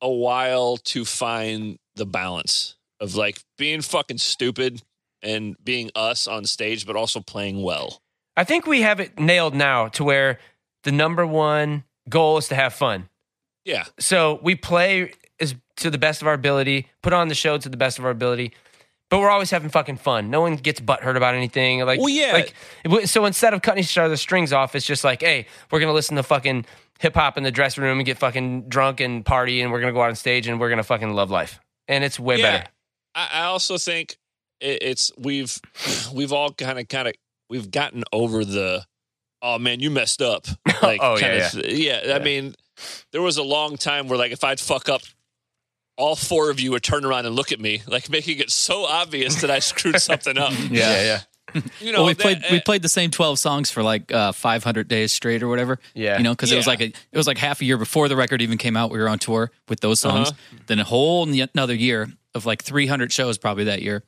a while to find the balance of like being fucking stupid and being us on stage, but also playing well.
I think we have it nailed now to where the number one goal is to have fun.
Yeah.
So we play is to the best of our ability, put on the show to the best of our ability, but we're always having fucking fun. No one gets butthurt about anything. Like,
Well, yeah.
Like, w- so instead of cutting each other strings off, it's just like, hey, we're gonna listen to fucking hip hop in the dressing room and get fucking drunk and party, and we're gonna go out on stage and we're gonna fucking love life, and it's way
Yeah.
better.
I, I also think it, it's we've we've all kind of kind of we've gotten over the oh man you messed up like
Oh,
kind
yeah,
of yeah. I mean there was a long time where like if I'd fuck up all four of you would turn around and look at me like making it so obvious that I screwed something up.
Yeah, yeah, yeah.
You know
Well, we
that- uh,
played we played the same twelve songs for like uh, five hundred days straight or whatever.
Yeah.
you know, because it was
Yeah.
like a, it was like half a year before the record even came out. We were on tour with those
Uh-huh.
songs. Then a whole n- another year of like three hundred shows probably that year.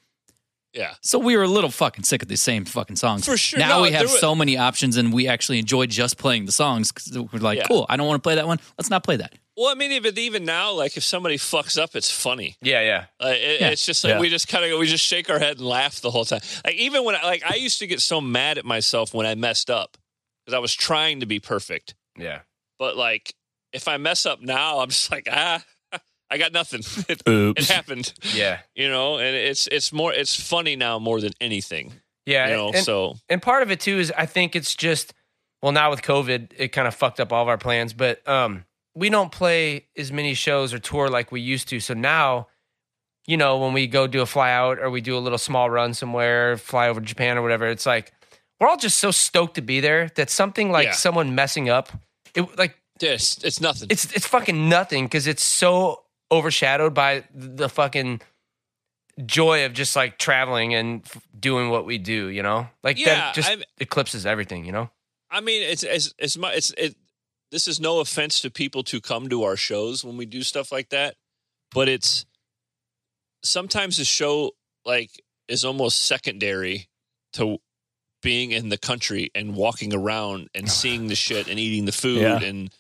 yeah.
So we were a little fucking sick of these same fucking songs.
For sure.
Now
No,
we have
there wa-
so many options, and we actually enjoy just playing the songs because we're like,
Yeah.
cool. I don't want to play that one. Let's not play that.
Well, I mean, even even now, like if somebody fucks up, it's funny.
Yeah, yeah.
Like, it,
Yeah.
It's just like
Yeah.
we just kind of we just shake our head and laugh the whole time. Like even when I, like I used to get so mad at myself when I messed up because I was trying to be perfect.
Yeah.
But like if I mess up now, I'm just like ah, I got nothing. It, it
Oops.
happened,
Yeah.
you know. And it's it's more it's funny now more than anything,
Yeah.
you know.
and-
so
and part of it too is I think it's just well now with COVID it kind of fucked up all of our plans, but um we don't play as many shows or tour like we used to. So now, you know, when we go do a fly out or we do a little small run somewhere, fly over to Japan or whatever, it's like we're all just so stoked to be there that something like
Yeah.
someone messing up, it like
it's it's nothing.
it's it's fucking nothing because it's so overshadowed by the fucking joy of just like traveling and f- doing what we do, you know? Like
Yeah,
that just
I'm-
eclipses everything, you know?
I mean, it's as as much. It's it. This is no offense to people to come to our shows when we do stuff like that, but it's sometimes the show like is almost secondary to being in the country and walking around and seeing the shit and eating the food
Yeah.
and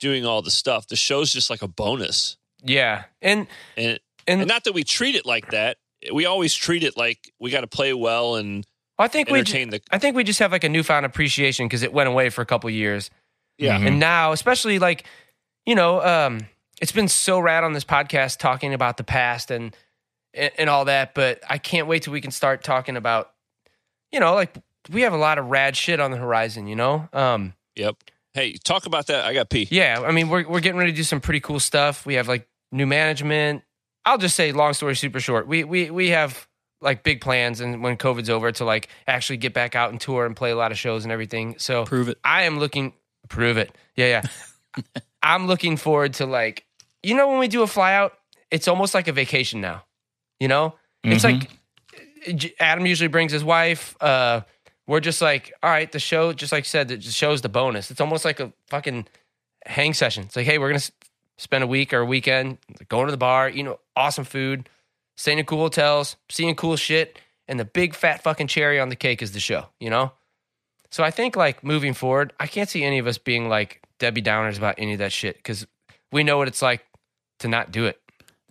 doing all the stuff. The show's just like a bonus,
Yeah. And
and
and,
and not that we treat it like that. We always treat it like we got to play well and
I think we ju-
entertain the
I think we just have like a newfound appreciation cuz it went away for a couple years.
yeah.
Mhm.
And now, especially like, you know, um, it's been so rad on this podcast talking about the past and, and and all that, but I can't wait till we can start talking about, you know, like we have a lot of rad shit on the horizon, you know? Um,
Yep. Hey, talk about that. I got pee.
yeah, I mean, we're we're getting ready to do some pretty cool stuff. We have like new management. I'll just say, long story super short, we we we have like big plans, and when COVID's over, to like actually get back out and tour and play a lot of shows and everything. So
Prove it.
I am looking prove it. Yeah, yeah. I'm looking forward to like you know when we do a fly out, it's almost like a vacation now. You know? It's
Mhm.
like J- Adam usually brings his wife. Uh we're just like, all right, the show, just like you said, the show's the bonus. It's almost like a fucking hang session. It's like, hey, we're gonna s- spend a week or a weekend going to the bar, eating awesome food, staying in cool hotels, seeing cool shit, and the big fat fucking cherry on the cake is the show, you know? So I think like moving forward, I can't see any of us being like Debbie Downers about any of that shit because we know what it's like to not do it.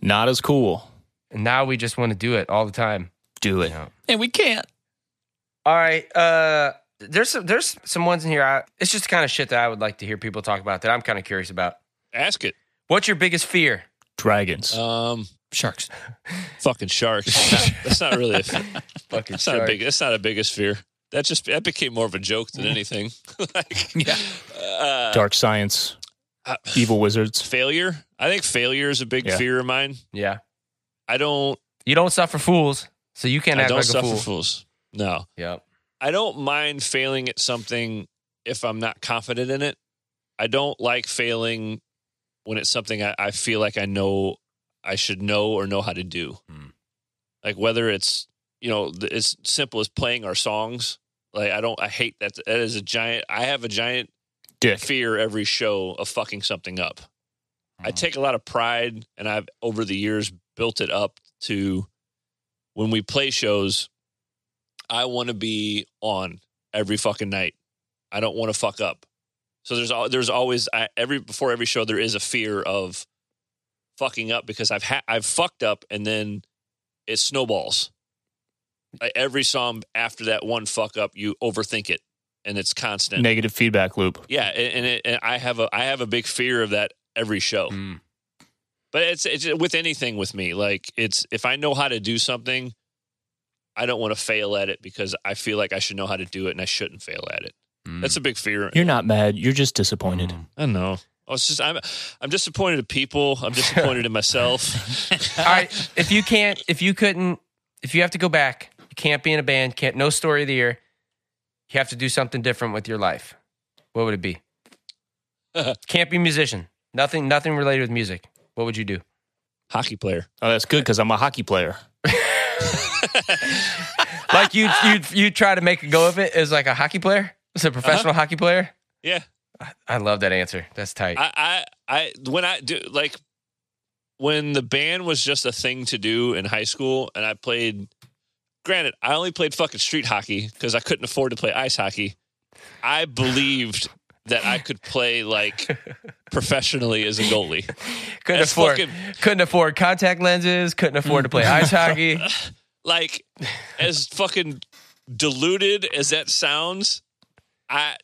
Not as cool.
And now we just want to do it all the time.
Do it.
Yeah.
And we can't.
All right. Uh there's some, there's some ones in here. I, it's just the kind of shit that I would like to hear people talk about that I'm kind of curious about.
Ask it.
What's your biggest fear?
Dragons.
Um,
Sharks.
fucking sharks. Not- that's not really. A, fe-
Fucking
that's not a
shark.
big. That's not a biggest fear. That just that became more of a joke
Mm.
than anything. like,
Yeah.
uh,
Dark science.
uh,
Evil wizards.
failure. I think failure is a big
Yeah.
fear of mine.
Yeah.
I don't.
You don't suffer fools, so you can't
I
act
don't
like a
suffer
fool.
fools. No,
Yep.
I don't mind failing at something if I'm not confident in it. I don't like failing when it's something I, I feel like I know I should know or know how to do.
Hmm.
Like whether it's you know th- as simple as playing our songs. Like I don't. I hate that. That is a giant. I have a giant
Dick.
fear every show of fucking something up. I take a lot of pride and I've over the years built it up to when we play shows, I want to be on every fucking night. I don't want to fuck up. So there's al- there's always I, every before every show there is a fear of fucking up because I've ha- I've fucked up and then it snowballs. Like every song after that one fuck up, you overthink it and it's constant.
Negative feedback loop.
Yeah, and, and, it, and I have a I have a big fear of that every show.
Mm.
But it's it's with anything with me. Like it's if I know how to do something, I don't want to fail at it because I feel like I should know how to do it and I shouldn't fail at it. That's
Hmm.
a big fear.
You're not mad. You're just disappointed.
I don't know. I was just I'm I'm disappointed in people. I'm disappointed in myself.
All right. If you can't, if you couldn't, if you have to go back, you can't be in a band. Can't no story of the year. You have to do something different with your life. What would it be? can't be musician. Nothing. Nothing related with music. What would you do?
Hockey player.
Oh, that's good because I'm a hockey player.
Like you, you, you try to make a go of it as like a hockey player, as a professional
Uh-huh.
hockey player.
Yeah.
I love that answer. That's tight.
I, I, I, when I do like when the band was just a thing to do in high school, and I played. Granted, I only played fucking street hockey because I couldn't afford to play ice hockey. I believed that I could play like professionally as a goalie.
couldn't
that's
afford.
fucking- Mm.
couldn't afford contact lenses. Couldn't afford to play ice hockey.
Like as fucking deluded as that sounds, I,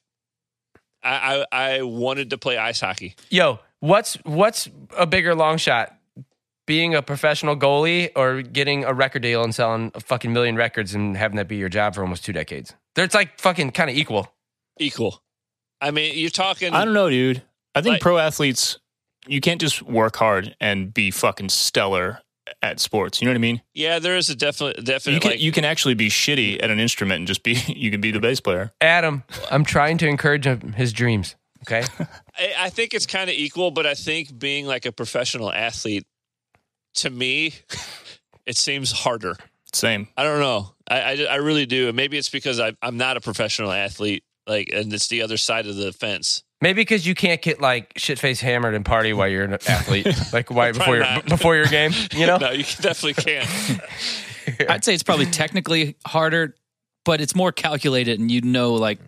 I, I, I wanted to play ice hockey.
Yo, what's what's a bigger long shot? Being a professional goalie or getting a record deal and selling a fucking million records and having that be your job for almost two decades? They're- It's like fucking kind of equal.
Equal. I mean, you're talking.
I don't know, dude. I think
Like-
pro athletes, you can't just work hard and be fucking stellar at sports. You know what I mean?
yeah, there is a definite, definite.
you can
like,
you can actually be shitty at an instrument and just be you can be the bass player.
Adam, I'm trying to encourage him, his dreams. Okay.
I, I think it's kind of equal, but I think being like a professional athlete, to me, it seems harder.
Same.
I don't know. I, I, I really do. And maybe it's because I, I'm not a professional athlete, like, and it's the other side of the fence.
Maybe because you can't get like shit face hammered and party while you're an athlete, like why before
Probably
your
not.
before your game, you know?
no, you definitely can't.
I'd say it's probably technically harder, but it's more calculated and you know like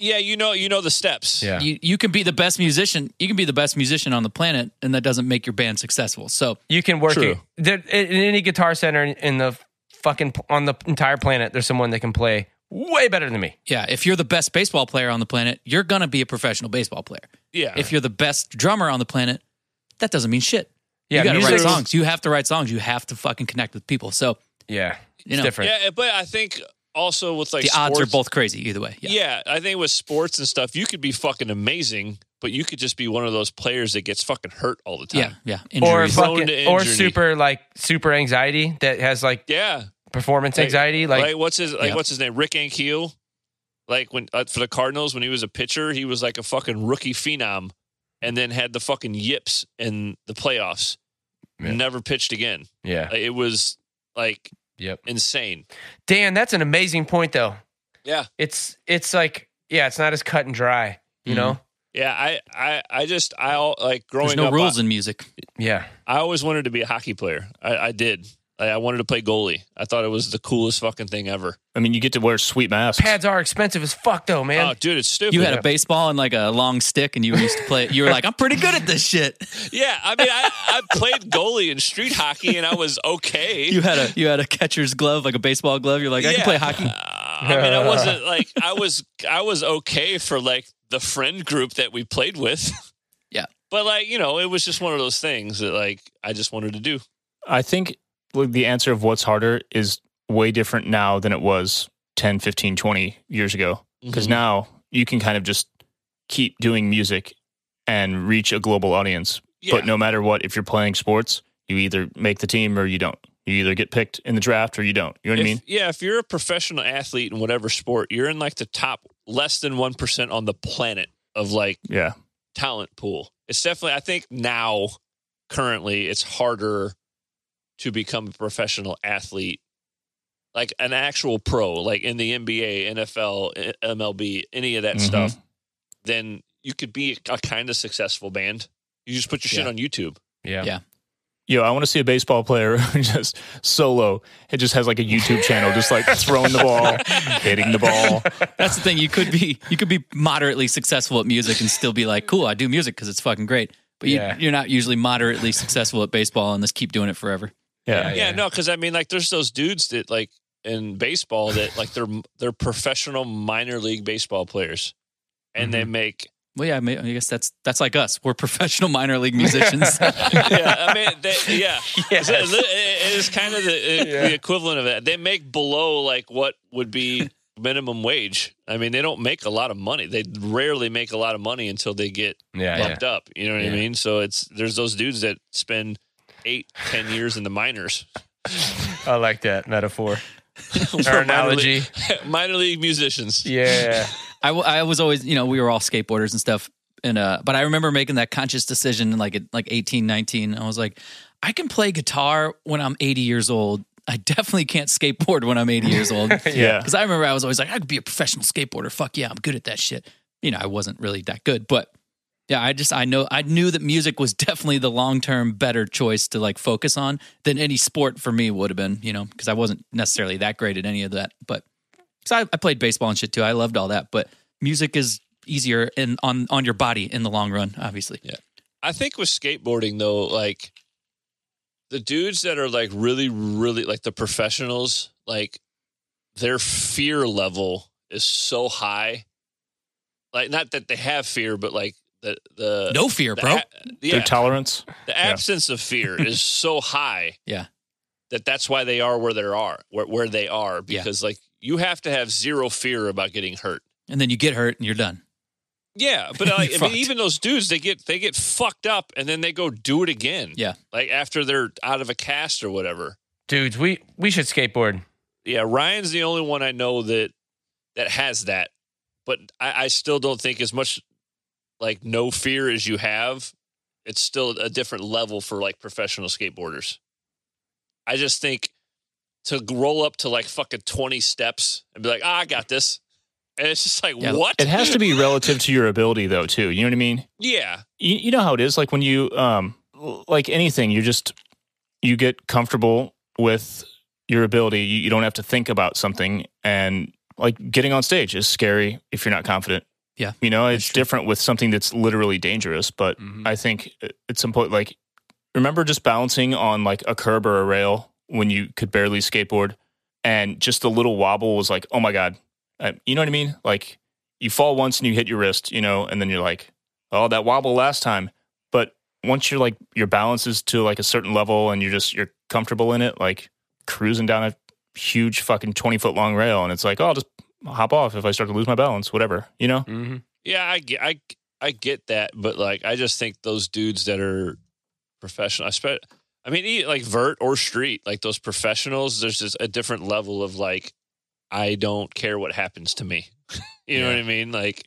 yeah, you know, you know the steps.
Yeah.
you, you can be the best musician. You can be the best musician on the planet and that doesn't make your band successful. So
You can work
True.
it. There, in in any guitar center in- in the fucking on the entire planet. There's someone that can play way better than me.
yeah, if you're the best baseball player on the planet, you're gonna be a professional baseball player.
Yeah.
If you're the best drummer on the planet, that doesn't mean shit.
Yeah,
you gotta write
music's-
songs. You have to write songs. You have to fucking connect with people. So
Yeah, it's
know,
different.
yeah. But I think also with like
the odds are
sports-
both crazy either way. Yeah.
Yeah. I think with sports and stuff, you could be fucking amazing, but you could just be one of those players that gets fucking hurt all the time.
Yeah. Yeah.
Or
Injuries.
prone
fucking,
to
or
injury.
super like super anxiety that has like
Yeah.
performance
Like-
anxiety.
Like,
Like
what's his like
Yeah.
what's his name? Rick Ankiel. Like when uh, for the Cardinals when he was a pitcher, he was like a fucking rookie phenom, and then had the fucking yips in the playoffs.
Yeah.
Never pitched again.
yeah,
Like, it was like
yep.
insane.
Dan, that's an amazing point though.
Yeah.
It's it's like yeah, it's not as cut and dry. You
Mhm.
know?
Yeah, I I I just I all like growing
There's no
up. uh,
rules
I,
in music.
Yeah.
I always wanted to be a hockey player. I, I did. I, I wanted to play goalie. I thought it was the coolest fucking thing ever.
I mean, you get to wear sweet masks.
Pads are expensive as fuck though,
oh,
man.
dude, it's stupid.
You had a baseball and like a long stick, and you used to play. You were like, "I'm pretty good at this shit."
yeah, I mean, I, I played goalie in street hockey, and I was okay.
You had a you had a catcher's glove, like a baseball glove. You're like, "I
Yeah.
can play hockey."
I mean, I wasn't like I was I was okay for like the friend group that we played with.
Yeah.
But like, you know, it was just one of those things that like I just wanted to do.
I think like, the answer of what's harder is way different now than it was 10, 15, 20 years ago. Because
Mhm.
now you can kind of just keep doing music and reach a global audience.
Yeah.
But no matter what, if you're playing sports, you either make the team or you don't. You either get picked in the draft or you don't. You know what
if,
I mean?
Yeah, if you're a professional athlete in whatever sport, you're in like the top less than 1% on the planet of like
Yeah.
talent pool. It's definitely, I think now, currently, it's harder to become a professional athlete, like an actual pro, like in the NBA, NFL, MLB, any of that
Mhm.
stuff, then you could be a kind of successful band. You just put your shit
Yeah.
on YouTube.
Yeah.
Yeah.
Yo, I want to see a baseball player who just solo. It just has like a YouTube channel, just like throwing the ball, hitting the ball.
That's the thing. You could be you could be moderately successful at music and still be like, cool, I do music because it's fucking great. But you,
Yeah.
you're not usually moderately successful at baseball and just keep doing it forever.
Yeah.
yeah, no, because I mean, like, there's those dudes that like in baseball that like they're they're professional minor league baseball players, and they make.
Well, yeah, I, mean, I guess that's that's like us. We're professional minor league musicians.
Yeah, I mean, they, yeah,
Yes.
It's- it- it is kind of the, the equivalent of that. They make below like what would be minimum wage. I mean, they don't make a lot of money. They rarely make a lot of money until they get
Yeah. yeah.
bumped up. You know what I
Yeah.
mean? So it's there's those dudes that spend eight, ten years in the minors.
I like that metaphor or
We're minor
analogy.
league- minor league musicians.
Yeah.
I, w- I was always, you know, we were all skateboarders and stuff. And, uh, but I remember making that conscious decision like at like 18, 19. I was like, I can play guitar when I'm 80 years old. I definitely can't skateboard when I'm 80 years old.
Yeah.
Because I remember I was always like, I could be a professional skateboarder. Fuck yeah, I'm good at that shit. You know, I wasn't really that good, but yeah, I just I know I knew that music was definitely the long term better choice to like focus on than any sport for me would have been. You know, because I wasn't necessarily that great at any of that, but because I, I played baseball and shit too, I loved all that. But music is easier and on on your body in the long run, obviously.
I think with skateboarding though, like the dudes that are like really, really like the professionals, like their fear level is so high. Like not that they have fear, but like the
Uh,
the
No fear,
the
bro.
a- yeah,
Their tolerance.
the absence of fear is so high.
Yeah.
That that's why they are where they are, where, where they are,
Yeah.
because like you have to have zero fear about getting hurt.
and then you get hurt and you're done.
Yeah, but like, I
Fucked.
mean, even those dudes, they get they get fucked up, and then they go do it again.
Yeah.
like after they're out of a cast or whatever.
Dudes, we we should skateboard.
Yeah, Ryan's the only one I know that that has that, but I, I still don't think as much like no fear as you have. It's still a different level for like professional skateboarders. I just think to roll up to like fucking twenty steps and be like, ah, I got this, and it's just like
Yeah.
what?
It has to be relative to your ability, though, too. You know what I mean?
yeah,
You, you know how it is. Like when you, um, l- like anything, you just you get comfortable with your ability. You, you don't have to think about something, and like getting on stage is scary if you're not confident.
Yeah,
you know
that's
it's
true. Mm-hmm.
different with something that's literally dangerous. But
Mhm.
I think at some point, like remember just balancing on like a curb or a rail when you could barely skateboard, and just the little wobble was like, oh my god, Uh, you know what I mean? Like you fall once and you hit your wrist, you know, and then you're like, oh, that wobble last time. But once you're like your balance is to like a certain level and you're just you're comfortable in it, like cruising down a huge fucking twenty foot long rail, and it's like, oh, I'll just hop off if I start to lose my balance, whatever, you know?
Mm-hmm.
yeah, I get, I I get that, but like I just think those dudes that are professional, I spe- I mean, e- like vert or street, like those professionals, there's just a different level of like, I don't care what happens to me. you know what I mean? Like,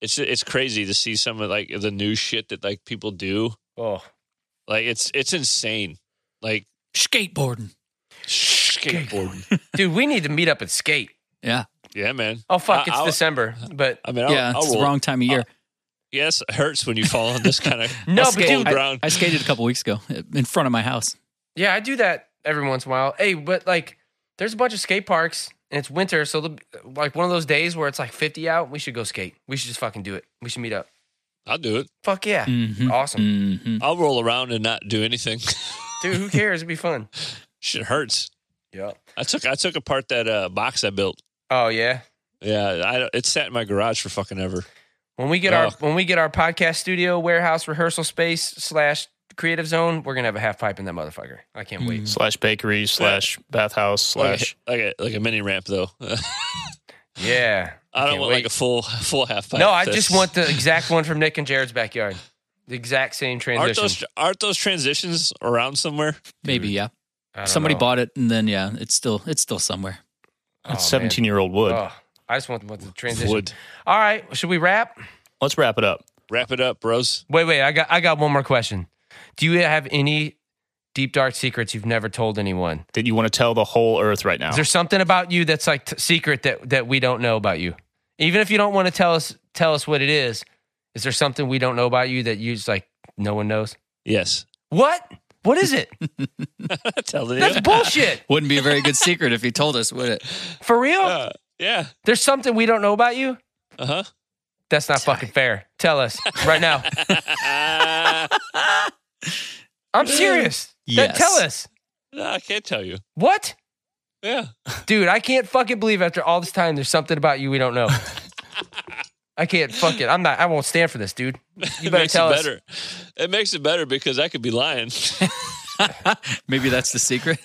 it's it's crazy to see some of like the new shit that like people do.
Oh,
Like it's it's insane. Like
Skateboarding.
skateboarding.
dude, we need to meet up and skate.
Yeah,
yeah, man.
Oh fuck,
I-
it's
I'll-
December, but
I mean, I'll,
yeah.
I'll
It's the
roll.
wrong time of year.
Yes, it hurts when you fall on this kind of
Uh, No, but
cold
dude, I-
ground.
I skated a couple weeks ago in front of my house.
yeah, I do that every once in a while. Hey, but like, there's a bunch of skate parks and it's winter, so the, like one of those days where it's like 50 out, we should go skate. We should just fucking do it. We should meet up.
I'll do it.
Fuck yeah,
Mm-hmm.
Mhm.
awesome,
Mhm.
I'll roll around and not do anything.
dude. Who cares? It'd be fun.
Shit hurts.
Yeah.
I took I took apart that uh, box I built.
Oh yeah.
Yeah, I don't- it sat in my garage for fucking ever.
When we get
Oh.
our when we get our podcast studio warehouse rehearsal space slash creative zone, we're gonna have a half pipe in that motherfucker. I can't
Mm.
wait.
slash bakery slash bathhouse
Oh,
Like,
slash
a- like a like a mini ramp though.
Yeah.
I don't
can't
want like
wait.
a full full half pipe.
No, I
That's-
just want the exact one from Nick and Jared's backyard. The exact same
Aren't
transition.
those aren't those transitions around somewhere?
Maybe yeah.
I don't
Somebody
know.
bought it and then yeah, it's still it's still somewhere.
Oh, man.
It's 17 year old wood.
Oh, I just want the, the transition.
Would
All right, should we wrap?
Let's wrap it up.
wrap it up, bros.
Wait, wait. I got I got one more question. Do you have any deep dark secrets you've never told anyone?
That you want to tell the whole earth right now.
Is there something about you that's like t- secret that that we don't know about you? Even if you don't want to tell us tell us what it is, is there something we don't know about you that you just like no one knows?
Yes.
What? What is it?
Tell the
That's bullshit.
Wouldn't be a very good secret if you told us, would it?
For real?
Uh, yeah.
There's something we don't know about you?
Uh
That's not fucking fair. Tell us right now.
huh.
I'm serious. Then
Yes.
tell us.
no, I can't tell you.
What?
Yeah.
Dude, I can't fucking believe after all this time there's something about you we don't know. I can't fuck it. I'm not I won't stand for this, dude. You better
it makes
tell
it
us.
better. It makes it better because I could be lying.
Maybe that's the secret.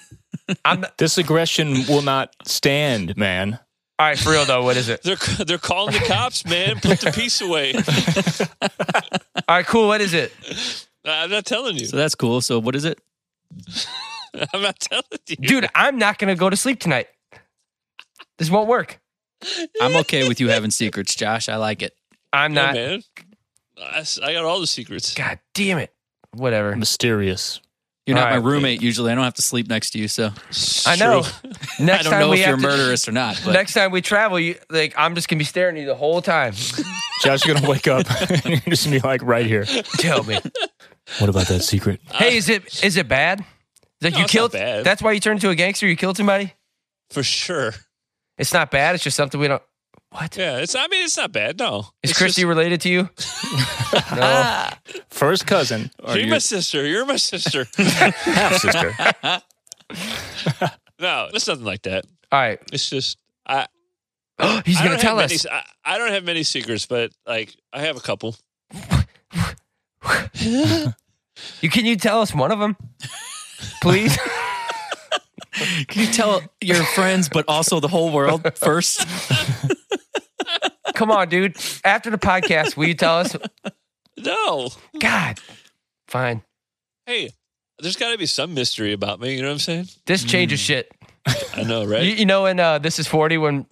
I'm not-
this aggression will not stand, man.
all right, for real though, what is it?
they're they're calling the cops, man. Put the piece away.
All right, cool, what is it?
I'm not telling you.
So that's cool. So what is it?
I'm not telling you.
Dude, I'm not gonna go to sleep tonight. This won't work.
I'm okay with you having secrets, Josh. I like it.
I'm
Yeah,
not
man. I, s- I got all the secrets.
God damn it. Whatever.
Mysterious.
You're not
All right.
my roommate usually. I don't have to sleep next to you, so
It's
I know.
true.
I
Next
don't
time
know
we
if you're
have to,
murderous or not. But
Next time we travel, you like I'm just gonna be staring at you the whole time.
Josh, you're going to wake up and you're just going to be like right here.
Tell me.
What about that secret?
Hey, is it is it bad? Like
No,
you
it's not
killed
bad.
that's why you turned into a gangster, you killed somebody?
for sure.
It's not bad, it's just something we don't What?
Yeah, it's. I mean, it's not bad. No,
Is
It's
Christy
just-
related to you? Ah. no.
First cousin or
you're my sister. You're my sister.
half sister.
no, it's nothing like that.
All right.
It's just I.
He's
I
going
don't
to tell
have
us.
many- I, I don't have many secrets, but like I have a couple.
You can you tell us one of them? Please.
Can you tell your friends, but also the whole world first?
Come on, dude. After the podcast, will you tell us?
No,
God. Fine.
hey, there's got to be some mystery about me. You know what I'm saying?
This changes shit.
I know,
You,
Hmm. right?
you know, in uh, This Is 40, when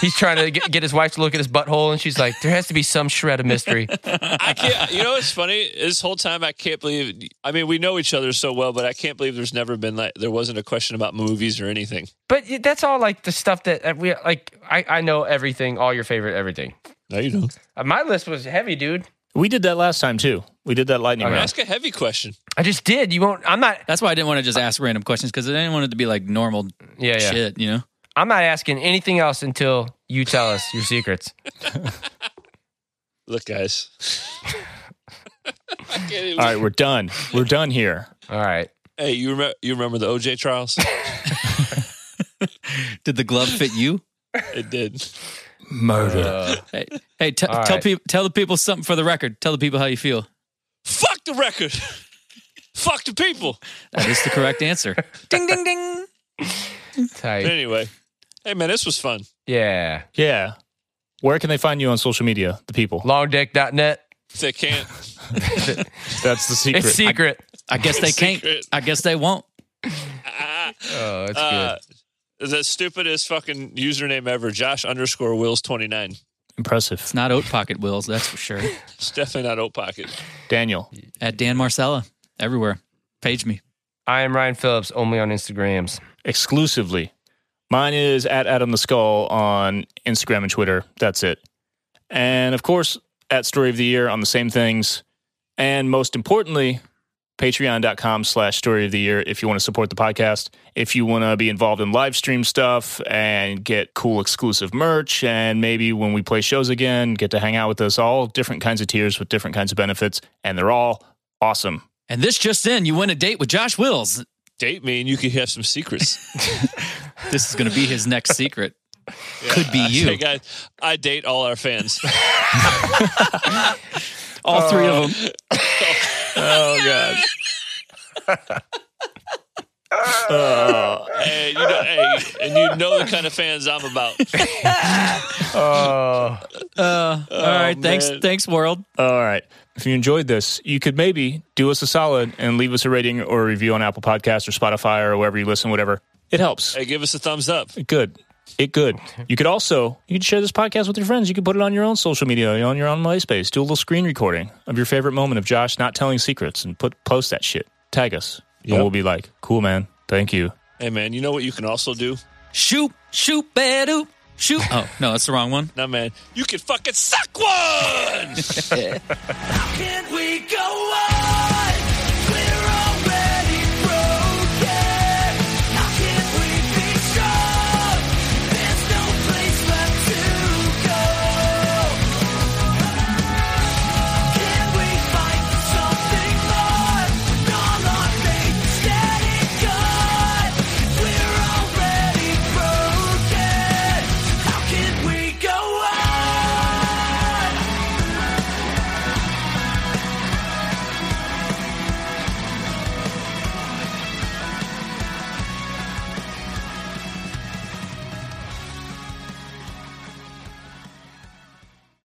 he's trying to get, get his wife to look at his butthole, and she's like, there has to be some shred of mystery.
I can't. You know what's funny? This whole time, I can't believe. I mean, we know each other so well, but I can't believe there's never been like there wasn't a question about movies or anything.
But that's all like the stuff that that we like. I, I know everything, all your favorite everything.
No, you don't.
Uh, My list was heavy, dude.
We did that last time too. We did that lightning
Okay.
round.
Ask a heavy question.
I just did. You won't, I'm not,
That's why I didn't want to just ask random questions because I didn't want it to be like normal
yeah, yeah.
shit, you know?
I'm not asking anything else until you tell us your secrets.
Look, guys. I can't even-
All right, we're done. We're done here.
All right.
Hey, you remember you remember the OJ trials?
Did the glove fit you?
it did.
Murder.
Uh,
Hey, hey t-
All
tell,
right.
peop tell the people something for the record. Tell the people how you feel.
Fuck the record. Fuck the people.
That is the correct answer.
ding, ding, ding.
But
Type.
anyway, hey man, this was fun.
Yeah.
yeah. Where can they find you on social media? The people.
Longdick.net.
If they can't,
That's the secret.
It's secret.
I guess they can't.
Secret.
I guess they won't.
ah,
oh, that's
uh, the stupidest fucking username ever. Josh underscore Wills twenty nine.
Impressive.
It's not Oat Pocket Wills, that's for sure.
It's definitely not oat pocket.
Daniel.
At Dan Marcella, everywhere. Page me.
I am Ryan Phillips, only on Instagrams.
exclusively. Mine is at Adam the Skull on Instagram and Twitter. That's it. And of course, at Story of the Year on the same things. And most importantly, patreon.com slash story of the year if you want to support the podcast. If you want to be involved in live stream stuff and get cool exclusive merch, and maybe when we play shows again, get to hang out with us all different kinds of tiers with different kinds of benefits. And they're all awesome.
And this just in, you win a date with Josh Wills.
Date me and you could have some secrets.
This is going to be his next secret.
Yeah,
Could be
I
you.
think I, I date all our fans.
All three of them.
Oh god. Oh,
and, you know, Uh, hey, and you know the kind of fans I'm about.
Oh,
Uh, all right. Thanks,
man.
thanks, world.
all right. If you enjoyed this, you could maybe do us a solid and leave us a rating or a review on Apple Podcasts or Spotify or wherever you listen, whatever. It helps.
Hey, give us a thumbs up.
Good. It good. You could also you could share this podcast with your friends. You could put it on your own social media, on your own MySpace. Do a little screen recording of your favorite moment of Josh not telling secrets and put post that shit. Tag us.
Yep.
And we'll be like, cool man. Thank you.
Hey, man, you know what you can also do?
Shoot, shoot, badu, shoot. Oh no, that's the wrong one.
Nah, man, you can fucking suck one.
Can we go on?